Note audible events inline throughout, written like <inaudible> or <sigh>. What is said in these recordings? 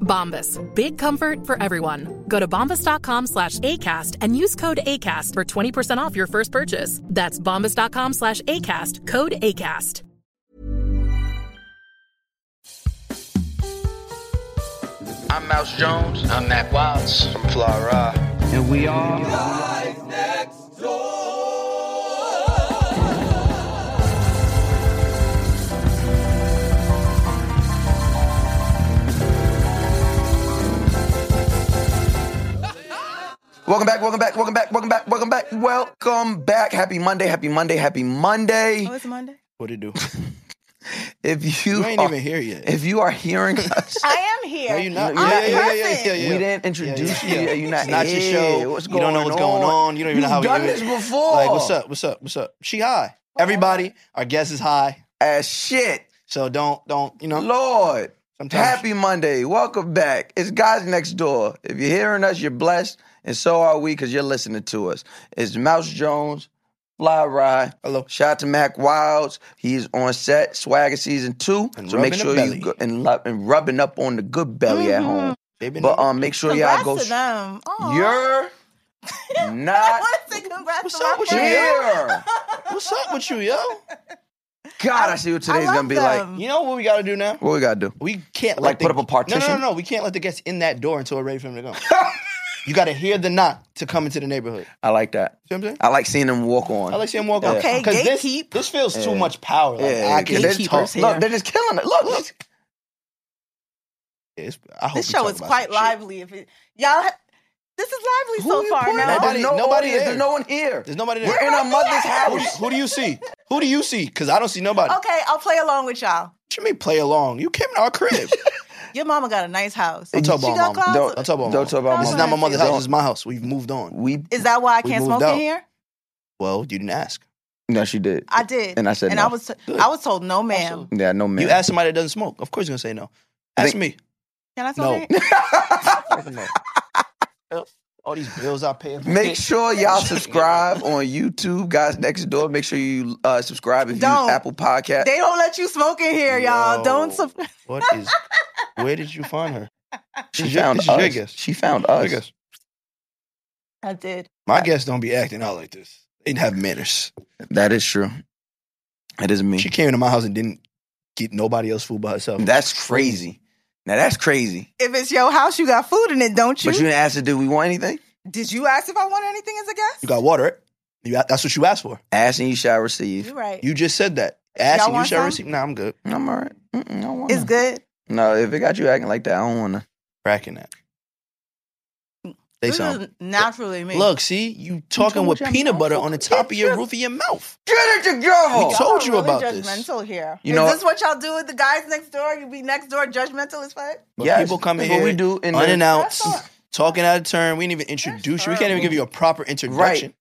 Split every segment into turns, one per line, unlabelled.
Bombas. Big comfort for everyone. Go to bombas.com slash ACAST and use code ACAST for 20% off your first purchase. That's bombas.com slash ACAST. Code ACAST.
I'm Mouse Jones. I'm Matt Watts from Flora.
And we are
Live Next Door.
Welcome back, welcome back, welcome back, welcome back, welcome back, welcome back. Happy Monday, happy Monday, happy Monday.
Oh, it's Monday.
<laughs>
What it do?
If you,
You ain't
are-
even here yet.
If you are
<laughs>
hearing us,
I am here.
No, you not.
I'm
Yeah, yeah, yeah, yeah,
perfect.
yeah, yeah.
we didn't introduce
Yeah, yeah,
you.
yeah.
yet. You're not,
It's not your
here.
show.
What's
You
going
don't know what's going on. You don't even know
You've
how we
done
do
this
it.
before.
Like, what's up? What's up? What's up? She high. Everybody, our guest is high.
As shit.
So don't, don't, you know.
Lord.
Sometimes-
Happy Monday. Welcome back. It's Guys Next Door. If you're hearing us, you're blessed, and so are we because you're listening to us. It's Mouse Jones, Fly Rye.
Hello.
Shout out to Mac Wilds. He's on set, Swagger Season 2.
And
so make
rubbing the
sure
belly.
you go and, lo- and rubbing up on the good belly at home.
They've been
But um, make sure
Mm-hmm. Congrats
y'all go.
to them. Aw.
You're
I <laughs>
not
want to say congrats
What's
to
up
my
with you?
friends.
here.
what's up with you, yo?
God, I see what today's
love
going to be
them.
like.
You know what we got to do now?
What we got to do?
We can't
Like,
let the-
put up a
No, no,
partition?
no, no. We can't let the guests in that door until we're ready for them to
<laughs>
go. you got to hear the knock to come into the neighborhood.
I like that.
See what I'm saying?
I like seeing them walk on.
I like seeing walk on.
Okay,
'Cause this,
gatekeep.
this feels too much power. Like,
Yeah,
I can
they're-
just
gatekeepers
talk.
here.
Look, they're just killing it. Look, look.
It's- I hope
This
we
show
talk
is
about
quite
some shit.
lively. If it, y'all, ha- this is lively
Who
so
you
far
pointing
now.
at?
Nobody,
Nobody-
nobody,
nobody
is.
there.
There's no one here.
There's nobody there.
We're in our mother's
Who do,
house.
who do you see? Who do you see? Because I don't see nobody.
Okay, I'll play along with y'all.
What you mean play along? You came to our
<laughs>
crib.
Your mama got a nice house.
Don't talk about
she got
mama.
clouds.
Don't talk about
Don't
mama.
talk about
This is
mama.
not my mother's house.
Don't.
This is my house. We've moved on.
We
Is that why I
We
can't
moved
smoke
out.
in here?
Well, you didn't ask.
no, she did.
I did,
And I said
and
no.
I was, I was told no, ma'am.
Absolutely.
yeah, no man.
You ask somebody that doesn't smoke. Of course you're going to say no.
I
Ask
think-
me.
Can I say
No.
that?
Fucking <laughs> no. All these bills I pay.
Make sure <laughs> y'all
<laughs>
subscribe on YouTube, guys. Next door. Make sure you uh, subscribe if you use
Don't.
Apple Podcast.
They don't let you smoke in here, y'all.
No.
Don't. Sub-
What is... Where did you find her?
she
This is your-
found
this is your
us.
guess.
She found
I
us.
guess.
I did.
My guests don't be acting out like this. They didn't have manners.
That is true. That is me.
She came to my house and didn't get nobody else food by herself.
That's crazy. Now that's crazy.
If it's your house, you got food in it, don't you?
But you didn't ask her, do we want anything?
Did you ask if I want anything as a guest?
You got water, right? You, that's what you asked for.
Ask and you shall receive.
You're right.
You just said that. Ask
Y'all
and you
want
shall
some?
receive. Nah, I'm good.
I'm all right. Mm-mm, I don't want
it's
none.
good.
No, if it got you acting like that, I don't want to.
Cracking that. They
this
sound.
is naturally me.
Look, see, you talking
told
with
your
peanut
mouth.
butter on the top of your
It's
roof of your mouth.
Get it together.
We
Y'all
told
are
you
really
about this.
judgmental here.
You
is
know-
this what y'all do with the guys next door? You be next door judgmental as fuck.
But
Yes,
people come in
that's what
here,
we do in
unannounced,
the-
That's
talking out of turn. We didn't even introduce you. We can't even give you a proper introduction.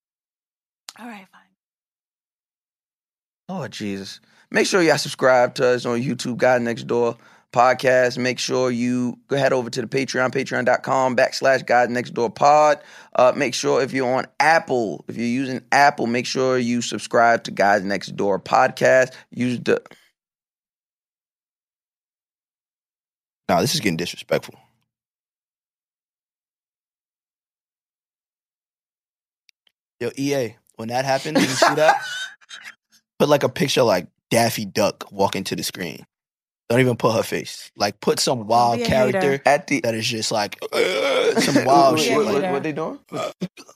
All right, fine.
Oh Jesus! Make sure y'all subscribe to us on YouTube, God Next Door podcast. Make sure you go head over to the Patreon, patreon.com backslash God Next Door pod. Uh, make sure if you're on Apple, if you're using Apple, make sure you subscribe to God Next Door podcast. Use the
Nah, this is getting disrespectful. Yo, EA, when that happened, did you
<laughs>
see that? Put like a picture of, like Daffy Duck walking to the screen. Don't even put her face. Like put some wild
be a
character
hater.
At the
that is just
<laughs>
like uh, some wild
Wait, <laughs>
shit.
What,
Like,
what- what they doing?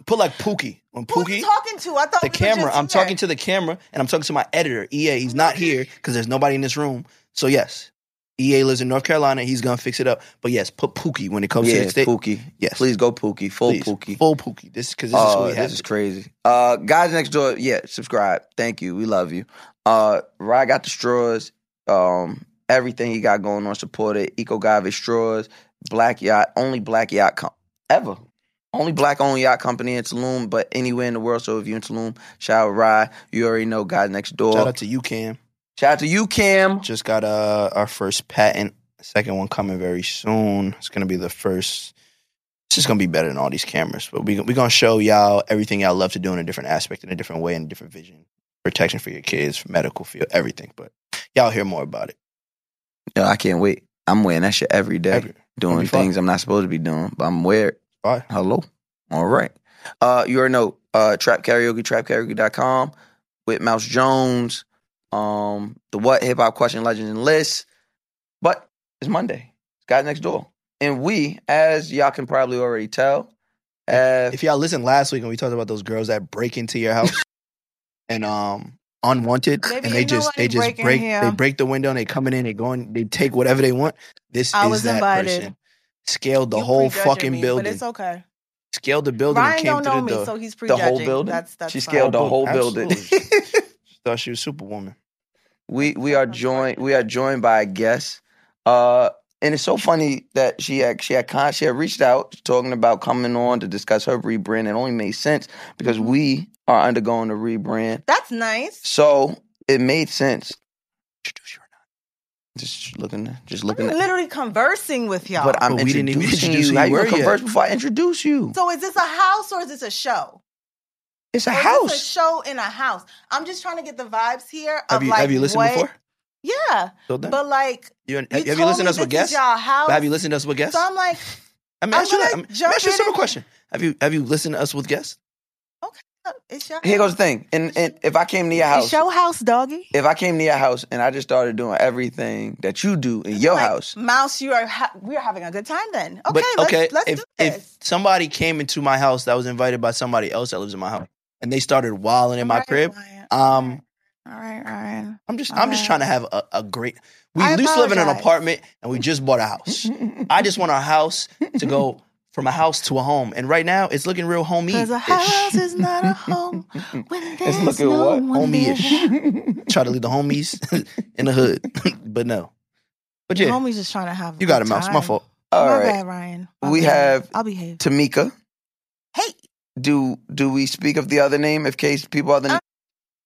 put like Pookie on
Who
Pookie.
you talking to? I
the
thought we were
camera.
just
I'm
here.
talking to the camera and I'm talking to my editor, EA. He's not here because there's nobody in this room. So yes, EA lives in North Carolina. He's gonna fix it up. But yes, put Oh, Pookie when it comes to
Yeah,
the state.
Pookie.
Yes.
please go Pookie. Full
Please.
Pookie.
Full Pookie. This because this is
Oh,
what we have.
this is crazy. Uh, guys next door, yeah, subscribe. Thank you. We love you. Uh, Rye got the straws. Um, everything he got going on, support it. Eco Gavi straws, Black Yacht, only Black Yacht com- ever. Only black owned yacht company in Tulum, but anywhere in the world. So if you're in Tulum, shout out Rye. You already know guys next door.
Shout out to you, Cam.
Shout out to you, Cam.
Just got uh, our first patent. Second one coming very soon. It's gonna be the first. It's just gonna be better than all these cameras. But we we gonna show y'all everything y'all love to do in a different aspect, in a different way, in a different vision. Protection for your kids, medical field, everything. But y'all hear more about it.
Yo, I can't wait. I'm wearing that shit every day.
Every-
doing
It'll be fun.
things I'm not supposed to be doing, but I'm weird.
All right.
Hello. All right. Uh, you already know uh, Trap Karaoke, trapkaraoke.com with Mouse Jones, um, the What Hip Hop Question Legends and List. But it's Monday. It's Guys Next Door. And we, as y'all can probably already tell, have
If y'all listened last week when we talked about those girls that break into your house and um unwanted
Baby,
and they
ain't
just
nobody
they just
breaking
break
here.
they break the window and they coming in they going they take whatever they want. This
I
is
was
that
invited.
person. Scaled the
You
whole
prejudging
fucking
me,
building.
But it's okay.
Scaled the building
Ryan
and came
don't know
through
me,
the door.
so he's
the
prejudging.
whole building.
That's that's
she
fine.
scaled the whole building.
Absolutely. Thought she was Superwoman.
we we are joined we are joined by a guest uh and it's so funny that she had she had con- she had reached out talking about coming on to discuss her rebrand it only made sense because we are undergoing a rebrand
<laughs> That's nice.
so it made sense introduce you or not just looking just
I'm
looking at
literally conversing with y'all.
but i'm
But we didn't even
introducing
introduce
you
who
how
you
you gonna
were yet.
converse before i introduce you
so is this a house or is this a show?
it's a
Or is
house
this a show in a house. I'm just trying to get the vibes here. Of
Have you
like
have you listened
what-
before?
Yeah,
Till then?
but like
You- have
you
have you
told
listened
me
to us with
this is
guests?
Y'all house.
Have you listened to us with guests?
So I'm like,
I mean,
I'm
ask you that.
gonna
I mean,
jump
ask you a
in
simple
and-
question. Have you have you listened to us with guests?
oh, it's your.
here goes
house.
the thing and, and if i came to your house
It's your house, doggy.
if i came to your house and i just started doing everything that you do in your
Like,
house
Mouse. You are. Ha- we are having a good time then. Okay,
but okay,
let's, let's
if,
do this.
if somebody came into my house that was invited by somebody else that lives in my house and they started wilding in my
All right,
crib,
Ryan.
um,
All right, Ryan.
I'm just
All
I'm just
right.
trying to have a, a great. We
I
used to live in an
apologize.
apartment and we just bought a house. I just
<laughs>
want our house to go from a house to a home, and right now it's looking real homey.
Because a house is not
<laughs>
a home when there's
looking
no
what?
one there.
homie-ish. Try to leave the homies <laughs> in the hood, but no. But <laughs> yeah,
Homie's just trying to have. a
you got it,
good
mouse. My
time.
fault.
All
my
right,
bad, Ryan. My
We
bad.
have-
I'll behave.
Tamika,
Hey,
do do we speak of the other name if case people other
Uh,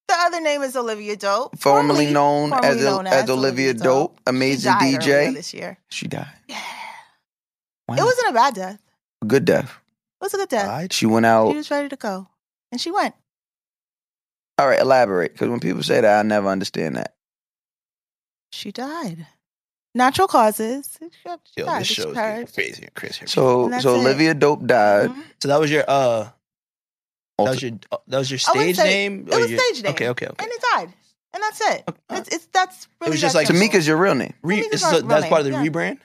the other name is Olivia Dope,
formerly known
formerly
as El- as Olivia Dope,
She
amazing
died earlier
DJ?
this year.
She died.
Yeah,
Wow.
it wasn't a bad death.
a good death.
It was a good death.
Alright.
She went
She
out.
was ready to go, and she went.
All right, elaborate because when people say that, I never understand that.
She died. Natural causes. She
Yo,
died.
this
She
show is
died.
getting crazy, crazy.
So
And that's
so
it.
Olivia Dope died.
Mhm.
So that was your uh that was
Also-
your uh, that was your
I wouldn't
stage
say-
name?
It
or
was
your-
stage name.
Okay, okay, okay.
And it died, and that's it.
Okay.
It's, it's that's really
was just
that
like-
simple.
Tamika's your real name.
Re-
Tamika's
it's-
our
so
real
that's part of the
name,
rebrand.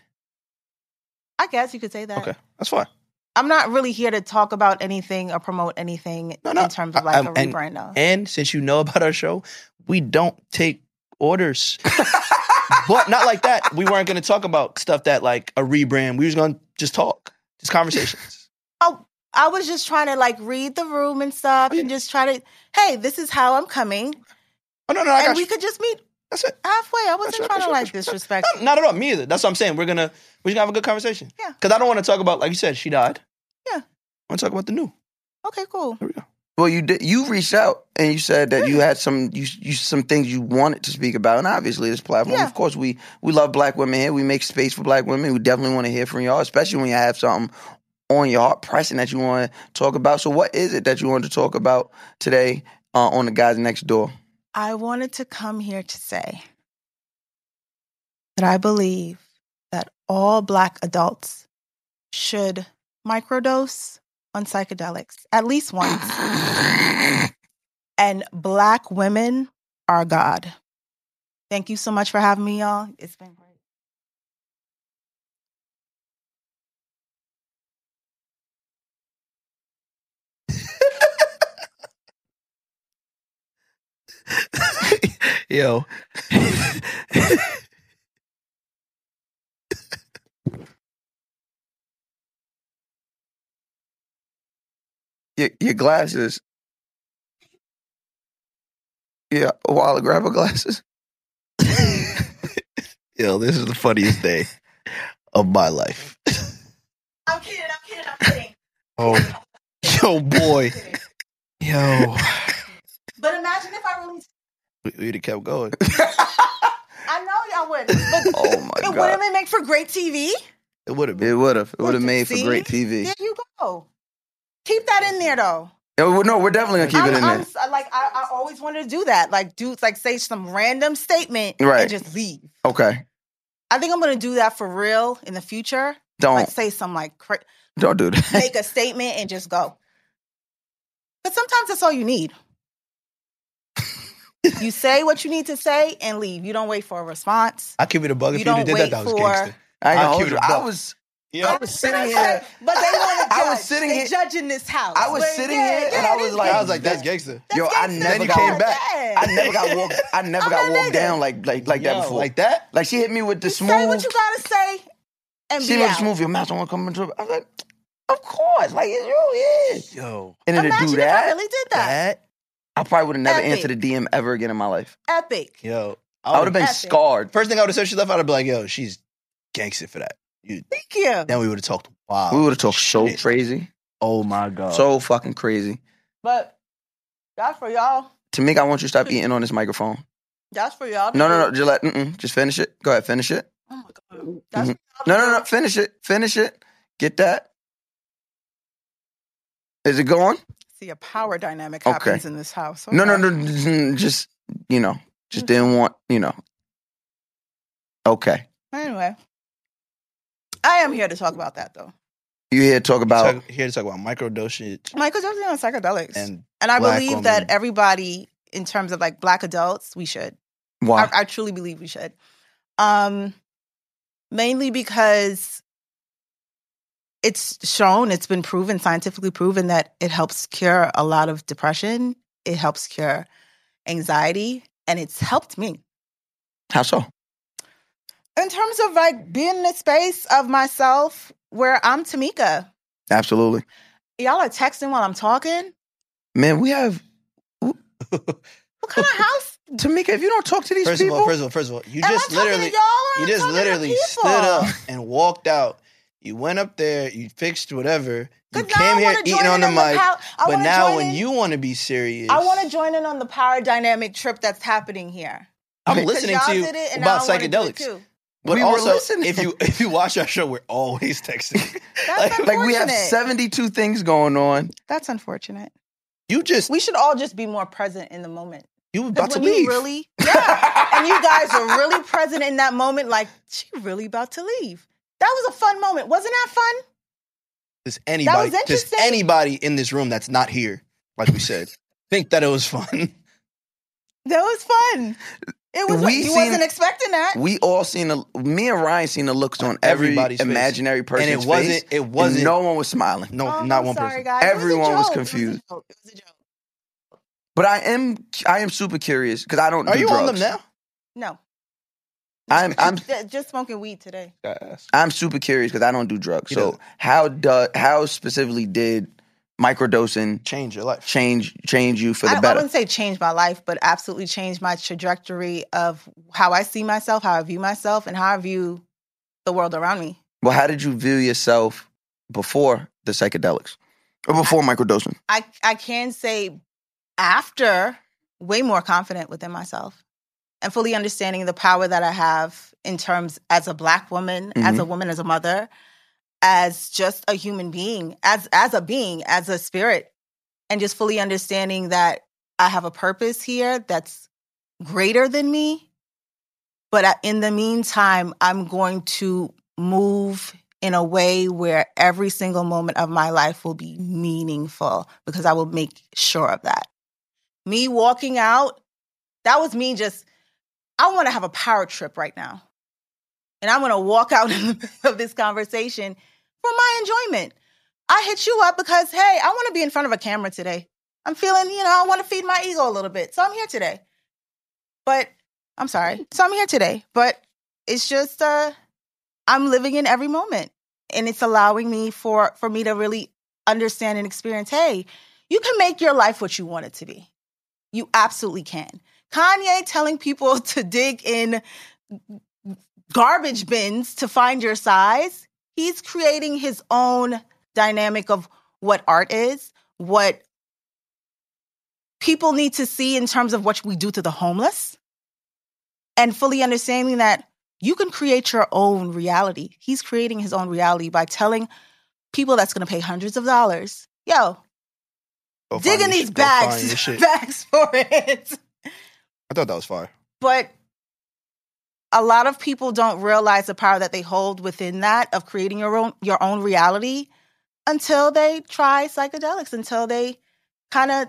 I guess you could say that.
Okay, that's fine.
Uh-huh. I'm not really here to talk about anything or promote anything
No, no.
in terms of
I-
like a
I'm- and-
rebrand. though.
And since you know about our show, we don't take
<laughs>
orders. but not like that. We weren't going to talk about stuff that like a rebrand. We was going to just talk, just
<laughs>
conversations.
Oh, I was just trying to like read the room and stuff, and just try to. Hey, this is how I'm coming,
Oh no, no, I
and
got
we
you.
could just meet
That's it.
halfway. I
That's
wasn't
right,
trying
that's
to
right,
like
that's right.
disrespect.
No, not at all. Me either. That's what I'm saying. We're gonna we're gonna have a good conversation.
Yeah.
Because I don't want to talk about like you said, she died. I
Yeah.
want to talk about the new.
Okay, cool.
There we go.
Well, you did. You reached out and you said that
Mm.
you had some you, you some things you wanted to speak about, and obviously this platform.
Yeah.
Of course, we we love black women here. We make space for black women. We definitely want to hear from y'all, especially when you have something on your heart pressing that you want to talk about. So, what is it that you wanted to talk about today uh, on the guys next door?
I wanted to come here to say that I believe that all Black adults should microdose on psychedelics at least once. and Black women are God. Thank you so much for having me, y'all. It's been great.
Yo. <laughs>
Your, your glasses. Yeah, a while grab her glasses. <laughs>
Yo, this is the funniest day of my life. <laughs>
I'm kidding. I'm kidding. I'm kidding.
Oh. Yo, boy. Yo.
But imagine if I really,
We- We'd have kept going.
I know y'all <laughs> would, but
<laughs> Oh my
it
god!
wouldn't it make for great TV?
It would have been.
It would have. It would have made for
See?
great TV.
There you go. Keep that in there though.
Yeah, well, no, we're definitely gonna keep
I'm,
it in
I'm
there.
s- like I, I always wanted to do that. Like dudes, like say some random statement
Right.
and just leave.
Okay,
I think I'm gonna do that for real in the future. Like
don't
say some like
<laughs>
cra-
don't do that.
make a statement and just go. But sometimes that's all you need. you say what you need to say and leave. You don't wait for a response.
I give it a bug if
You
you'd have
don't
did that. That
wait
was
for-
gangster.
<laughs> I, ain't
I
gonna hold
keep it
you.
a
I
buck.
was
Yo.
I was sitting here.
But they want to judge.
<laughs> I was sitting
they
here-
judge in this house.
I was
Like,
sitting
yeah,
here and
yeah,
I
it
was
is
like-
I
gangster.
was like, that's gangster.
That's
Yo, I
gangster.
never
Then he came back.
Yeah.
I never got walked. I never
I'm
got
not
walked
either.
down like like like that
Yo,
before.
Like that?
Like she hit me with the smooth.
Say what you gotta say and
she
be
made
out.
smooth. Your mouth don't want to come into it. I was like, of course. Like it's real. Yeah.
Yo.
And then to
Imagine
do
if
that,
I really did that.
I probably would have never
Epic.
answered a DM ever again in my life.
Epic.
Yo.
I would have been
Epic.
scarred.
First thing I would have said, she left out. I'd be like, yo, she's gangster for that. You,
Thank you.
then we would have talked wild.
We would have talked so
Oh, Shit.
crazy,
Oh my god.
so fucking crazy.
But that's for y'all.
Tamika, I want you to stop eating on this microphone.
That's for y'all. to
No, no, no,
do.
Gillette. Mm-mm. Just finish it. Go ahead, finish it.
Oh my god. That's
Mhm.
for
No,
y'all to
no, no.
do.
Finish it. Finish it. Get that. Is it going?
See, a power dynamic
Okay.
happens in this house.
No, no,
Okay.
no. mm, Just you know,
Mm-hmm.
just didn't want you know. Okay,
Anyway, I am here to talk about that though.
you here to talk about
Talk- here to talk about microdosage
Michael Jackson on psychedelics, and,
and
I
black
believe
women.
that everybody, in terms of like black adults, we should.
why?
I, I truly believe we should. Um, mainly because it's shown, it's been proven, scientifically proven that it helps cure a lot of depression. It helps cure anxiety, and it's helped me
How so?
in terms of like being in a space of myself where I'm Tamika.
Absolutely,
Y'all are texting while I'm talking.
man. We have
What
<laughs>
kind of house?
Tamika. If you don't talk to these
first
people,
of all, first of all, first of all, you
am
just
I talking
literally
to y'all or
you
I'm
just
talking to
literally
people?
stood up and walked out. You went up there, you fixed whatever, you
'Cause now I
came here
wanna join
eating on
in
the
pow-
mic.
I
But
wanna
now
join
when
in-
you want to be serious,
I want to join in on the power dynamic trip that's happening here.
I'm
'Cause
listening
y'all
to you
did it, and
about
I wanna do
psychedelics.
it,
<laughs>
too.
But
We were
also,
listening.
if you <laughs> if you watch our show, we're always texting.
That's
like we have
unfortunate.
seventy-two things going on.
That's unfortunate.
you just
We should all just be more present in the moment.
you were
'Cause
about to
when
leave.
<laughs>
You really, yeah. and you guys were really present in that moment. Like she really about to leave. That was a fun moment, wasn't that fun?
Just anybody, just
interesting.
anybody in this room that's not here, like we said, think that it was fun. <laughs>
That was fun. It was.
We
you
seen-
wasn't expecting that.
We all seen the me and Ryan seen the looks on every
Everybody's face.
imaginary person's
and it wasn't.
face,
It
and
wasn't.
no one was smiling.
no,
Oh,
not
I'm
one
sorry,
person.
guys. It was a
Everyone was
joke.
confused.
It was a joke. It was a joke.
But I am I am super curious because I don't.
Are
do
you
drugs.
on them now?
No,
I'm I'm
Ju- just smoking weed today.
I'm super curious because I don't do drugs.
He
So
doesn't.
how do how specifically did microdosing
Change your life.
change change you for the
I, I
better?
wouldn't say change my life, but absolutely change my trajectory of how I see myself, how I view myself, and how I view the world around me.
Well, how did you view yourself before the psychedelics or before microdosing?
I I can say after way more confident within myself and fully understanding the power that I have in terms as a black woman, as a woman, as a mother, as just a human being, as as a being, as a spirit, and just fully understanding that I have a purpose here that's greater than me. But I- in the meantime, I'm going to move in a way where every single moment of my life will be meaningful because I will make sure of that. Me walking out, that was me just, I want to have a power trip right now. And I'm going to walk out <laughs> in the middle of this conversation for my enjoyment. I hit you up because, hey, I want to be in front of a camera today. I'm feeling, you know, I want to feed my ego a little bit. So I'm here today. But I'm sorry. So I'm here today. But it's just uh I'm living in every moment. And it's allowing me for for me to really understand and experience, hey, you can make your life what you want it to be. You absolutely can. Kanye telling people <laughs> to dig in garbage bins to find your size, he's creating his own dynamic of what art is, what people need to see in terms of what we do to the homeless, and fully understanding that you can create your own reality. He's creating his own reality by telling people that's going to pay hundreds of dollars, yo,
Go
dig
find
in
your
these
shit. Go find
bags, <laughs>
your shit.
bags for it.
I thought that was fire.
But a lot of people don't realize the power that they hold within that of creating your own your own reality until they try psychedelics, until they kind of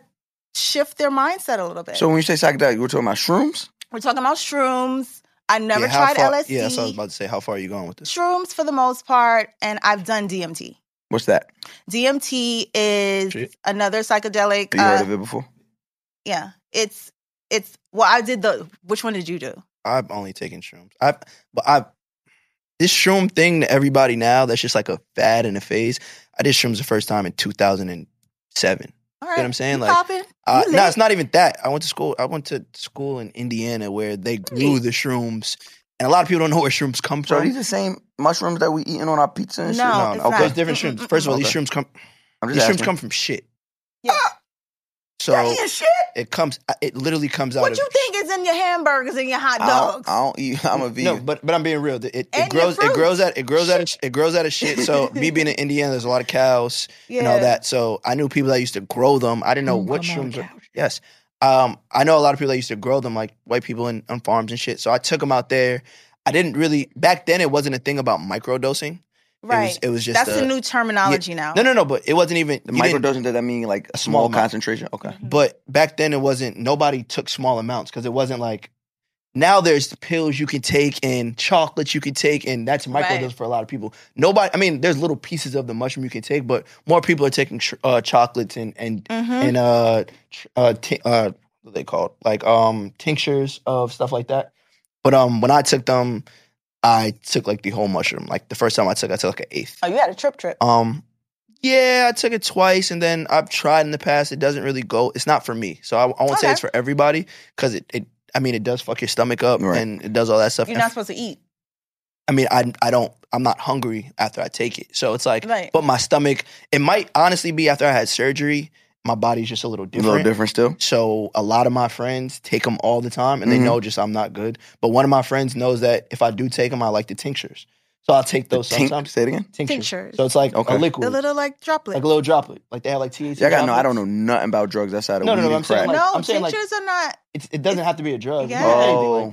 shift their mindset a little bit.
So when you say psychedelic, we're talking about shrooms.
We're talking about shrooms. I never
yeah, how
tried
far,
LSD.
Yeah, that's what I was about to say. How far are you going with this?
Shrooms for the most part, and I've done DMT.
What's that?
DMT is
Shit.
another
Have
psychedelic.
you
uh,
heard of it before?
Yeah, it's it's. Well, I did the. Which one did you do?
I've only taken shrooms. I have but I this shroom thing to everybody now that's just like a fad and a phase. I did shrooms the first time in 2007.
All
what I'm saying?
you
Like,
popping?
Uh,
You
no,
lit.
it's not even that. I went to school. I went to school in Indiana where they grew the shrooms, and a lot of people don't know where shrooms come
So are
from.
these the same mushrooms that we eating on our pizza and
No,
shit?
it's
okay.
not.
There's different
Mm-mm,
shrooms. First of all, these
okay.
shrooms come.
I'm
These
just
shrooms
asking.
come from shit.
Yeah.
So it comes. It literally comes out.
What
of
you think is in your hamburgers and your hot
I don't,
dogs?
I don't eat. <laughs> I'm a vegan.
No, but but I'm being real. It, it,
And your
grows. It
fruits.
grows out. It grows out. Of, sh- it grows out of shit. So me
<laughs>
being in Indiana, there's a lot of cows
yeah. Mm,
and all that. So I knew people that used to grow them. I didn't know what shrooms. Are, yes, um, I know a lot of people that used to grow them, like white people in, on farms and shit. So I took them out there. I didn't really back then. It wasn't a thing about microdosing.
Right.
It was, it was just
That's
a,
the new terminology now.
No, no, no. But it wasn't even
the
you didn't-
microdosing does that mean like a
Small
small,
amount.
concentration? Okay.
Mm-hmm.
But back then, it wasn't. Nobody took small amounts because it wasn't like. Now there's pills you can take and chocolate you can take and that's microdose
Right.
for a lot of people. Nobody, I mean, there's little pieces of the mushroom you can take, but more people are taking sh- uh, chocolates and and
Mhm.
and uh,
Mm-hmm.
tr- uh, ti- uh, what are they called like um tinctures of stuff like that. But um, when I took them, I took like the whole mushroom. Like the first time I took, I took like an eighth.
Oh, you had a trip trip.
Um, yeah, I took it twice, and then I've tried in the past. It doesn't really go. It's not for me, so I, I won't say
Okay.
it's for everybody because it, it. I mean, it does fuck your stomach up,
Right.
and it does all that stuff.
You're
And
not
f-
supposed to eat.
I mean, I I don't. I'm not hungry after I take it, so it's like.
Right.
But my stomach, it might honestly be after I had surgery. My body's just a
A
little
little
different.
different still.
So a lot of my friends take them all the time, and they
Mhm.
know just I'm not good. But one of my friends knows that if I do take them, I like the tinctures. So I'll take those
tink-
sometimes.
Say it again.
Tinctures.
Tinctures.
So it's like
Okay.
a liquid
The little like droplet.
like a little droplet. Like they have like THC.
Yeah, I got no. I don't
droplets.
know nothing about drugs outside of
No,
weed
no, no,
and
I'm saying,
crack.
like-
no,
I'm saying, like-
tinctures are not.
It's, it doesn't have to be a drug.
Yeah.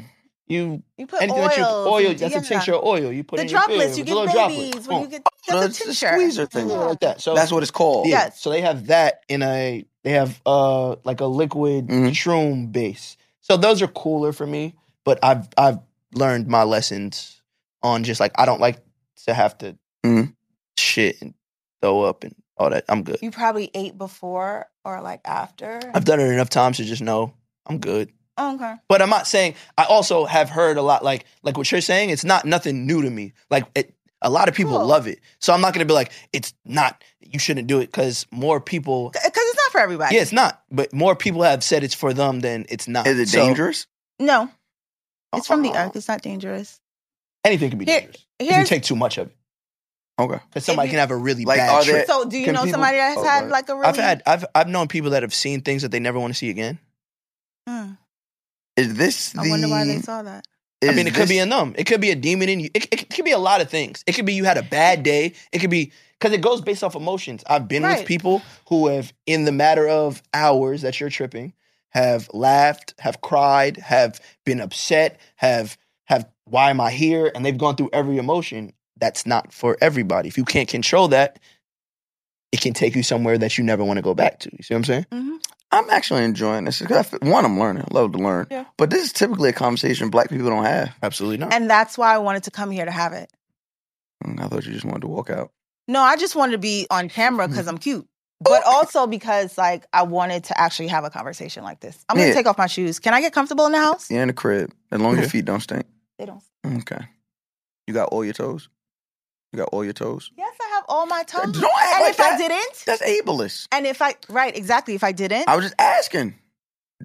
You can put
oh,
anything, like, you anything
You put oil.
that you oil. That's a tincture of oil. You put
The
it in your finger.
droplets you
It's
get
a little
babies
droplet.
when
Oh,
you get.
no,
That's
it's
a
a
tincture.
squeezer thing.
something like that. So
that's what it's called.
Yeah.
Yes.
So they have that in a. They have uh like a liquid
Mhm.
shroom base. So those are cooler for me. But I've I've learned my lessons on just like I don't like to have to
Mhm.
shit and throw up and all that. I'm good.
You probably ate before or like after.
I've done it enough times to just know I'm good.
Oh, okay.
But I'm not saying I also have heard a lot like like what you're saying. It's not nothing new to me. Like it, a lot of people
Cool.
love it. So I'm not gonna be like it's not. You shouldn't do it because more people.
Because it's not for everybody.
Yeah, it's not. But more people have said it's for them than it's not.
Is it
So uh-uh.
dangerous?
No, it's from the earth. It's not dangerous.
Anything can be
Here-
dangerous if you
Here's
take too much of it.
Okay.
Because somebody
you-
can have a really
Like,
bad
are there-
trip.
so. Do you
Can
know
people-
somebody that's
Oh,
had
right.
like a really?
I've had I've I've known people that have seen things that they never want to see again.
Hmm.
Is this the?
I wonder why they saw that.
I
is
mean, it could
this-
be in them. It could be a demon in you. It, it, could be a lot of things. It could be you had a bad day. It could be because it goes based off emotions. I've been
Right.
with people who have, in the matter of hours that you're tripping, have laughed, have cried, have been upset, have have why am I here? And they've gone through every emotion. That's not for everybody. If you can't control that, it can take you somewhere that you never want to go back to. You see what I'm saying?
hmm
I'm actually enjoying this because one, I'm learning. I love to learn.
Yeah.
But this is typically a conversation black people don't have.
Absolutely not.
And that's why I wanted to come here to have it.
Mm, I thought you just wanted to walk out.
No, I just wanted to be on camera because I'm cute. but also because like I wanted to actually have a conversation like this. I'm gonna
Yeah.
take off my shoes. Can I get comfortable in the house?
You're in the crib. As long as your
Yeah.
feet don't stink.
They don't.
Okay. You got all your toes? You got all your toes?
Yes, I have all my toes.
Don't
And
act like
if
that.
I didn't,
That's ableist.
and if I right exactly, if I didn't,
I was just asking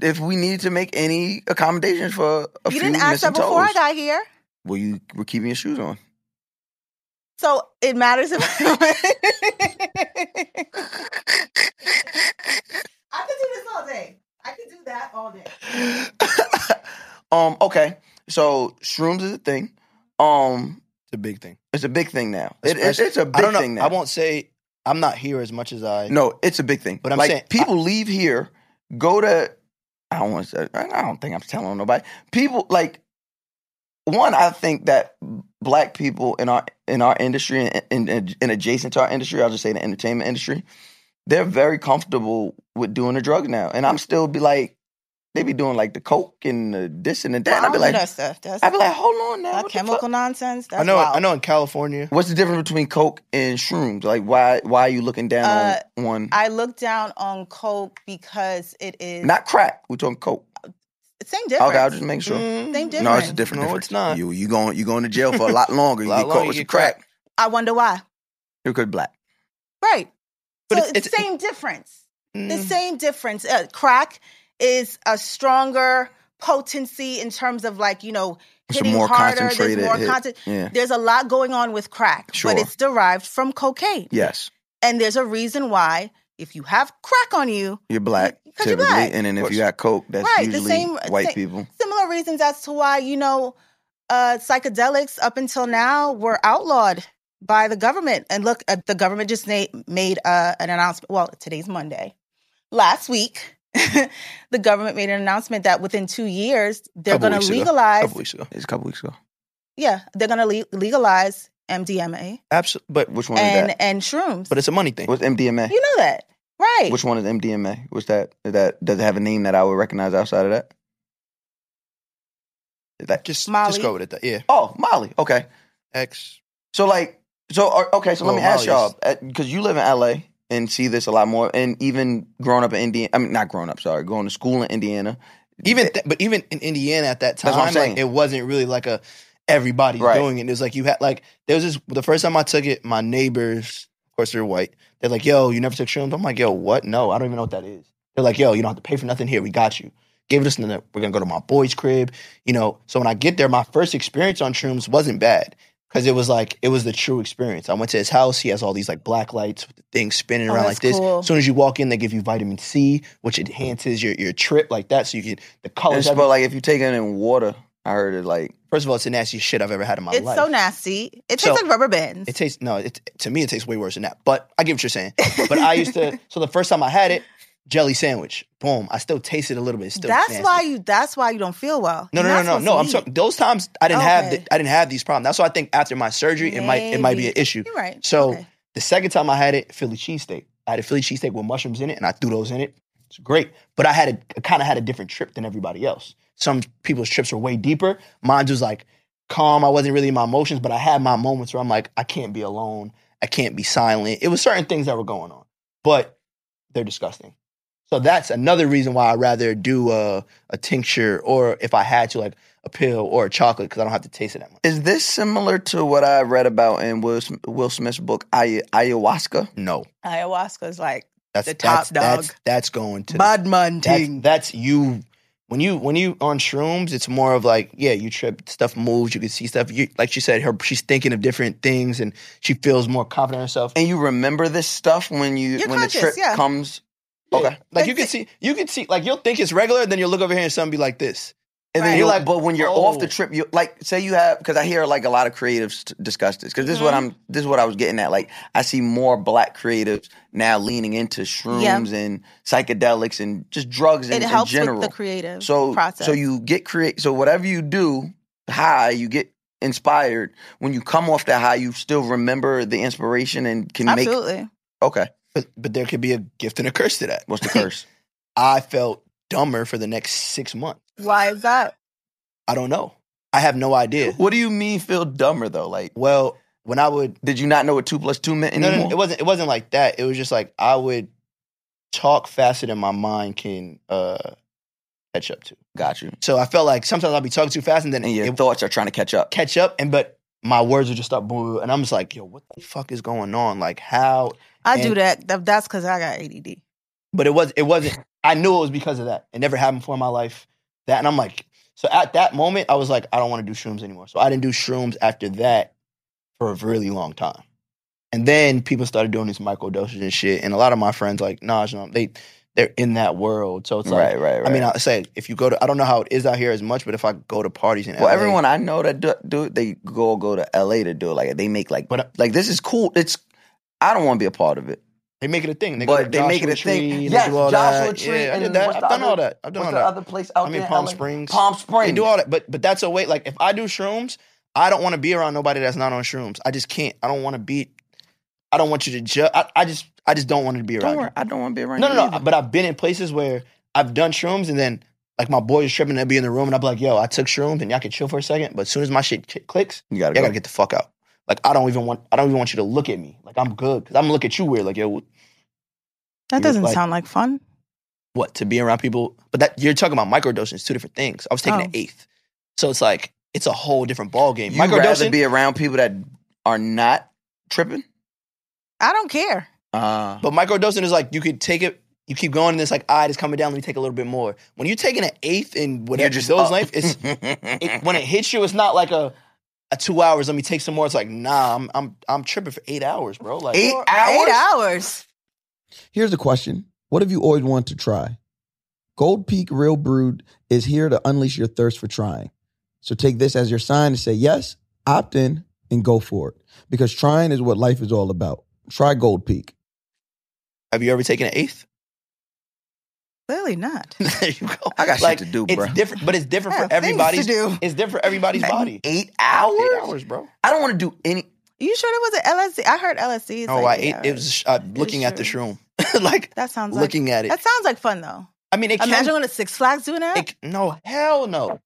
if we needed to make any accommodations for a
you
few
didn't ask
missing
that before
toes.
I got here.
well, you were keeping your shoes on. <laughs>
So it matters if I can do this all day. I can do that all day.
um, okay. So shrooms is a thing. Um,
It's a big thing.
it's a big thing now. It, it,
Especially-
it's a
I
big
don't know.
thing now.
I won't say I'm not here as much as I.
No, it's a big thing.
But I'm
like
saying-
people leave here, go to. I don't want to. Say, I don't think I'm telling nobody. People like one. I think that black people in our in our industry and in, in, in adjacent to our industry, I'll just say the entertainment industry, they're very comfortable with doing the drug now, and I'm still be like, they be doing like the coke and the this and the that. and
I
I'd be
don't
like,
do that stuff. That's
I'd be like, hold on now.
that
what the fuck?
chemical nonsense. That's
I know.
wild.
I know. In California,
What's the difference between coke and shrooms? Like, why why are you looking down
Uh,
on one?
I look down on coke because it is
Not crack. We're talking coke.
same difference. Mm-hmm.
Okay, I'll just make sure.
Same
No, it's
difference.
a different.
No,
difference.
it's not.
You you going you going to jail for a lot
<laughs>
longer. you
Lot
get
longer,
caught
you
with some
get
crack.
I wonder why.
You're good black.
Right.
But
so
it's-
it's the
it's-
same difference. The
Mm.
same difference. Uh, crack is a stronger potency in terms of like you know
It's a
hitting
more
harder.
concentrated
There's more
hit.
content.
Yeah.
There's a lot going on with crack,
Sure.
but it's derived from cocaine.
Yes,
And there's a reason why if you have crack on you,
you're black
Because you're
typically,
black.
and then if
Of
you got coke, that's
Right, the
usually
same- uh,
white
same-
people.
similar reasons as to why you know uh, psychedelics up until now were outlawed by the government. And look, uh, the government just na- made uh, an announcement. Well, today's Monday. Last week, <laughs> the government made an announcement that within two years they're
Couple
going
weeks
to
ago.
legalize.
couple weeks ago.
It's a couple weeks ago.
Yeah, they're going to le- legalize MDMA
Absolutely. But
Which one is
and
that?
and shrooms.
but it's a money thing.
What's MDMA?
you know that, right?
Which one is MDMA? What's that? is That does it have a name that I would recognize outside of that? Is that
Just
Molly.
just go with it. Yeah.
oh Molly. Okay,
X.
so like so uh, okay. So let
Well,
me ask
Molly
y'all because you live in LA and see this a lot more, and even growing up in Indiana. I mean, not growing up. Sorry, going to school in Indiana.
Even th- but even in Indiana at that
That's
time,
what I'm saying.
like, it wasn't really like a everybody's
Right.
doing it. It was like you had like there was this the first time I took it, my neighbors, of course they're white. They're like, yo, you never took shrooms? I'm like, yo, what? No, I don't even know what that is. They're like, yo, you don't have to pay for nothing here. We got you. Gave us another. We're gonna go to my boy's crib. You know, so when I get there, my first experience on shrooms wasn't bad. Cause it was like it was the true experience. I went to his house. He has all these like black lights with the things spinning
Oh,
around
that's
like this.
cool.
As soon as you walk in, they give you vitamin C, which enhances your your trip like Oh, that. So you can the
It's
colors.
but
every-
like if you take it in water, I heard it like
First of all, it's the nastiest shit I've ever had in my
it's
life.
so nasty. It tastes
So-
like rubber bands.
It tastes no. It, to me, it tastes way worse than that. But I get what you're
<laughs>
saying. But I used to. So the first time I had it, jelly sandwich. Boom. I still taste it a little bit. It's still
that's
nasty.
why you. That's why you don't feel well.
No,
You're
no, no,
not
no,
supposed
no.
to
I'm
eat.
sorry. Those times I didn't have
Okay.
the, I didn't have these problems. That's why I think after my surgery, it might it might be an
Maybe.
issue.
You're right.
So
Okay.
the second time I had it, Philly cheesesteak. I had a Philly cheesesteak with mushrooms in it, and I threw those in it. It's great, but I had a kind of had a different trip than everybody else. Some people's trips were way deeper. Mine was like calm. I wasn't really in my emotions, but I had my moments where I'm like, I can't be alone. I can't be silent. It was certain things that were going on, but they're disgusting. So that's another reason why I'd rather do a, a tincture or if I had to, like a pill or a chocolate because I don't have to taste it that much.
Is this similar to what I read about in Will, Sm- Will Smith's book Ay- Ayahuasca?
No,
Ayahuasca is like
that's
The top
that's, that's
dog.
that's going to
Badman
that's, that's you when you when you on shrooms it's more of like yeah you trip stuff moves you can see stuff you, like she said her she's thinking of different things and she feels more confident in herself
And you remember this stuff when you
You're
when the
conscious,
trip
yeah.
comes,
Yeah.
okay.
like you
That's
can see you can see like you'll think it's regular then you'll look over here and something be like this
and then
Right.
you're
You're
like,
like,
but when you're off the
oh.
trip, you like say you have because I hear like a lot of creatives t- discuss this because this is what
Mhm.
I'm this is what I was getting at. Like I see more black creatives now leaning into shrooms and psychedelics and just drugs in,
It
in
helps
general.
with the creative
so
process.
so you get create so whatever you do high you get inspired when you come off that high you still remember the inspiration and can make
absolutely
okay
but but there could be a gift and a curse to that
what's the curse
i felt dumber for the next six months
why is that?
i don't know i have no idea
what do you mean feel dumber though like
well when i would
did you not know what two plus two meant
No,
anymore
no, no, it wasn't. It wasn't like that. It was just like I would talk faster than my mind can uh, catch up to.
Got you.
So I felt like sometimes I'll be talking too fast and then
And your
it
thoughts are trying to catch up.
catch up, and but my words would just start boom, and I'm just like, yo, what the fuck is going on? Like how?
I do
And-
that. that- That's because I got ADD.
But it was it wasn't. I knew it was because of that. It never happened before in my life. That and I'm like, so at that moment, I was like, I don't want to do shrooms anymore. So I didn't do shrooms after that for a really long time. And then people started doing this microdosage and shit. And a lot of my friends like, nah, you know, they they're in that world. So it's like,
right, right, right.
I mean, I say if you go to, I don't know how it is out here as much, but if I go to parties in
well,
LA,
everyone I know that do, do it, they go go to L.A. to do it. Like they make like
But- uh,
like this is cool. It's I don't want to be a part of it.
they make it a thing. They go to
but they make it
Joshua
a thing.
Tree and they
yes,
do all
Joshua
that.
Tree.
Yeah, I
and
did that.
what's
I've
the
done
other-
all that. I've done
What's
all
the
that.
other place out
I mean,
there?
Palm
LA?
Springs.
Palm Springs.
They do all that, but but that's a way. Like if I do shrooms, I don't want to be around nobody that's not on shrooms. I just can't. I don't want to be. I don't want you to judge. I, I just I just don't want to be around.
Don't
you.
worry, I don't want to be around.
No,
you
no, no.
either.
But I've been in places where I've done shrooms and then like my boys is tripping. They'll be in the room and I'll be like, "Yo, I took shrooms and y'all can chill for a second. But as soon as my shit ki- clicks,
you gotta
y'all
go.
gotta get the fuck out. Like I don't even want. I don't even want you to look at me. Like I'm good because I'm gonna look at you weird. Like yo,
That
You're
doesn't
like-
sound like fun.
what to be around people. But that you're talking about microdosing is two different things. I was taking
Oh.
an eighth, so it's like it's a whole different ball game.
You rather
Microdosing.
be around people that are not tripping.
I don't care.
Uh,
But microdosing is like you could take it, you keep going, and it's like, all right, it's coming down. Let me take a little bit more. When you're taking an eighth in whatever
just
those
up.
life,
<laughs>
it's it, when it hits you, it's not like a, a two hours. Let me take some more. It's like, nah, I'm I'm I'm tripping for eight hours, bro. Like
eight hours.
Eight hours.
Here's a question What have you always wanted to try? Gold Peak Real Brewed is here to unleash your thirst for trying. So take this as your sign to say yes, opt in, and go for it. Because trying is what life is all about. Try Gold Peak.
Have you ever taken an eighth? <laughs>
Clearly not.
there you go.
I got shit
like,
to do,
It's
bro.
different, but it's different
I
for
have things to
everybody's.
do.
It's different for everybody's body.
Eight hours.
Eight hours, bro.
I don't want to do any.
You sure it was an LSD? I heard LSD. Is
Oh,
like
I
eight
ate, it
hours.
was uh, looking at the shroom, <laughs> like
That sounds like
looking at it.
That sounds like fun though.
I mean, it can
Imagine going to Six Flags doing that.
Like, no, hell no.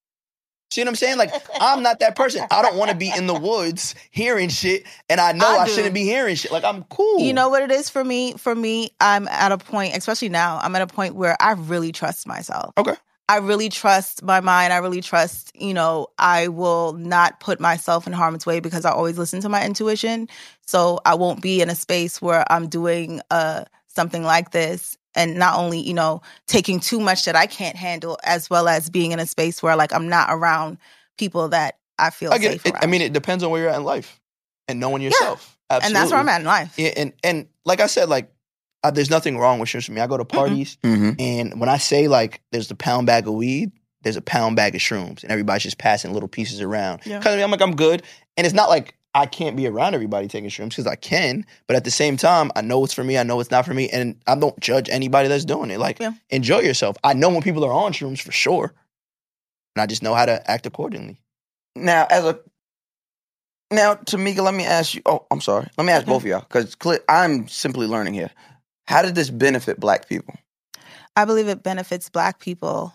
See what I'm saying? Like, I'm not that person. I don't want to be in the woods hearing shit, and I know
I
I,
do.
shouldn't be hearing shit. Like, I'm cool.
You know what it is for me? For me, I'm at a point, especially now, I'm at a point where I really trust myself.
Okay.
I really trust my mind. I really trust, you know, I will not put myself in harm's way because I always listen to my intuition. So I won't be in a space where I'm doing uh, something like this and not only, you know, taking too much that I can't handle, as well as being in a space where like I'm not around people that I feel
I get.
safe
It. It-
around.
I mean, it depends on where you're at in life and knowing yourself.
and
Absolutely.
that's where I'm at in life.
Yeah, and and like I said, like uh, there's nothing wrong with shrooms for me. I go to parties,
Mhm.
and when I say like there's the pound bag of weed, there's a pound bag of shrooms, and everybody's just passing little pieces around.
Yeah.
'Cause I'm like I'm good, and it's not like I can't be around everybody taking shrooms because I can, but at the same time, I know it's for me, I know it's not for me, and I don't judge anybody that's doing it. Like
Yeah.
enjoy yourself. I know when people are on shrooms for sure, and I just know how to act accordingly.
Now, as a now, Tamika, let me ask you. Oh, I'm sorry. Let me ask
Okay.
both of y'all because I'm simply learning here. How did this benefit Black people?
I believe it benefits black people.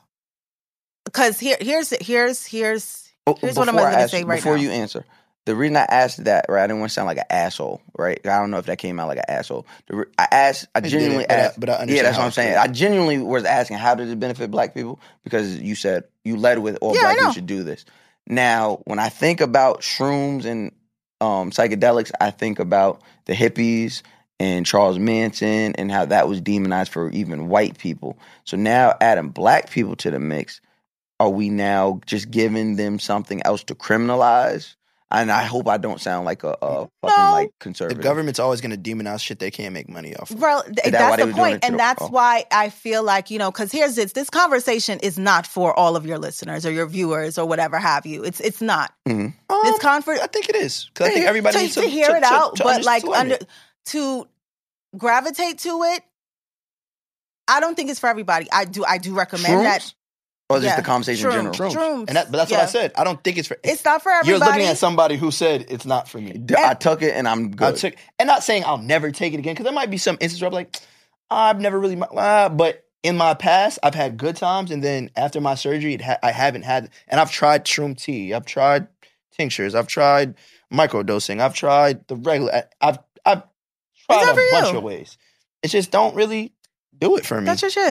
Because here, here's here's here's
Oh,
Here's what I'm
before I
gonna
ask-
say right
before
now.
you answer. The reason I asked that, right? I didn't want to sound like an asshole, right? I don't know if that came out like an asshole. The re- I asked. I
did,
genuinely
but I-
asked.
but I
yeah,
understand
that's
how
what I'm
it's
saying.
done.
I genuinely was asking, how did it benefit Black people? Because you said you led with all
Yeah, I
Black
know.
people should do this. Now, when I think about shrooms and um, psychedelics, I think about the hippies and Charles Manson and how that was demonized for even white people. So now adding black people to the mix, are we now just giving them something else to criminalize? And I hope I don't sound like a, a fucking
No.
like
The
conservative.
government's always going to demonize shit they can't make money off. of.
well, th-
that why
that's
they
the
was doing it
point,
to
and
the-
that's
oh.
why I feel like you know, because here's this: this conversation is not for all of your listeners or your viewers or whatever have you. It's it's not this conference.
Um, I think it is because I
<laughs>
think everybody
to,
needs
to hear it
to-
out,
to
but like
understand
under
it.
to gravitate to it. I don't think it's for everybody. I do I do recommend that.
Shrooms? or just
yeah,
the conversation in
shrooms,
general?
Shrooms,
and that, but that's what
yeah.
I said. I don't think it's for.
It's not for everybody.
You're looking at somebody who said it's not for me.
D- I took it and I'm
I
good.
took, and not saying I'll never take it again because there might be some instances where I'm like, I've never really, uh, but in my past, I've had good times, and then after my surgery, it ha- I haven't had, and I've tried shroom tea, I've tried tinctures, I've tried microdosing, I've tried the regular, I- I've I've tried
not
a
for
bunch
you.
of ways. It just don't really do it for me.
That's your shit.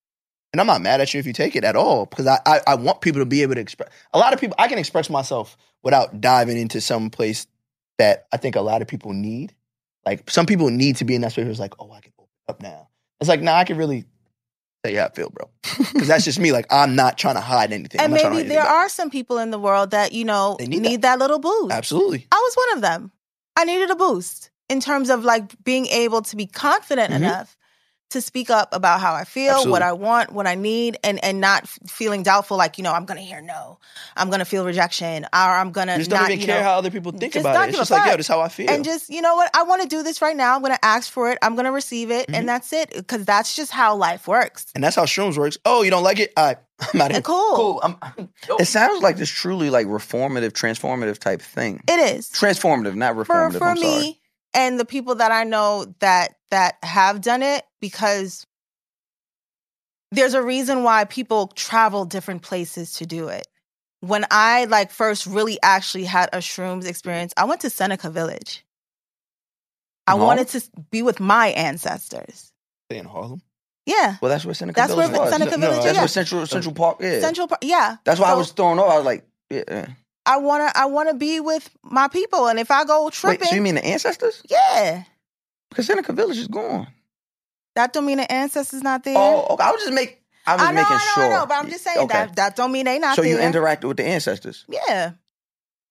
And I'm not mad at you if you take it at all because I, I, I want people to be able to express. A lot of people, I can express myself without diving into some place that I think a lot of people need. Like some people need to be in that space where it's like, oh, I can open up now. It's like, nah, I can really tell you how I feel, bro. <laughs> Because that's just me. Like, I'm not trying to hide anything.
And
I'm not trying to
maybe
hide
there
anything
are some people in the world that, you know,
They
need,
need
that. little boost.
back. Absolutely.
I was one of them. I needed a boost in terms of like being able to be confident
Mhm.
enough to speak up about how I feel, what
Absolutely.
I want, what I need, and and not f- feeling doubtful like you know I'm gonna hear no, I'm gonna feel rejection, or I'm gonna
You just don't
not
even
you
care
know,
how other people think
just
about
not
it. It's
give
just
a
like, yo,
fuck.
this is how I feel.
and just you know what I want to do this right now. I'm gonna ask for it. I'm gonna receive it,
Mm-hmm.
and that's it. Because that's just how life works.
And that's how shrooms works. Oh, you don't like it? I, <laughs> I'm out of here.
Cool.
cool. I'm,
It sounds like this truly like reformative, transformative type thing.
It is.
Transformative, not
for
reformative.
for
I'm
me
sorry.
and the people that I know that that have done it because there's a reason why people travel different places to do it. When I like first really actually had a shrooms experience, I went to Seneca Village. I
No.
wanted to be with my ancestors.
in Harlem.
Yeah,
Well, that's where Seneca
That's
Village
where
was.
Seneca
No, that's
Village is.
where
That's where Central Central Park is.
Central Park. Yeah,
That's why I
So
was thrown off. I was like, yeah. yeah.
I wanna. I wanna be with my people, and if I go tripping,
Wait, so you mean the ancestors?
yeah,
Because Seneca Village is gone.
that don't mean the ancestors not there.
Oh, okay. I was just make. I was
I know,
making
I know,
sure.
I know, but I'm just saying
Okay.
that that don't mean they not
so
there.
you interacted with the ancestors.
yeah,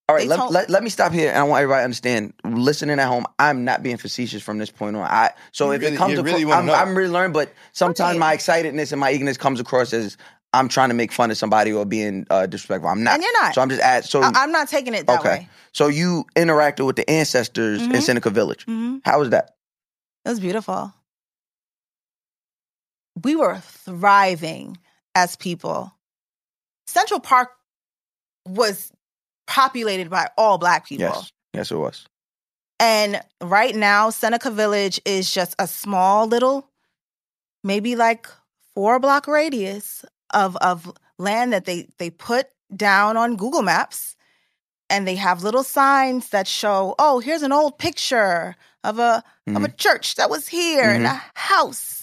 All right,
They
let,
told-
let, let me stop here, and I want everybody to understand. Listening at home, I'm not being facetious from this point on. I so
You
if
really-
it comes
you really
across,
wanna
I'm,
know.
I'm really learning, but sometimes
Okay.
my excitedness and my eagerness comes across as I'm trying to make fun of somebody or being uh, disrespectful. I'm not.
And you're not.
So I'm just at. So
I, I'm not taking it that
okay.
way.
So you interacted with the ancestors in
Mhm.
Seneca Village.
hmm
How was that?
It was beautiful. We were thriving as people. Central Park was populated by all black people.
Yes, yes, it was.
And right now, Seneca Village is just a small little, maybe like four block radius of of land that they they put down on Google Maps, and they have little signs that show, oh, here's an old picture of a of a church that was here and a house.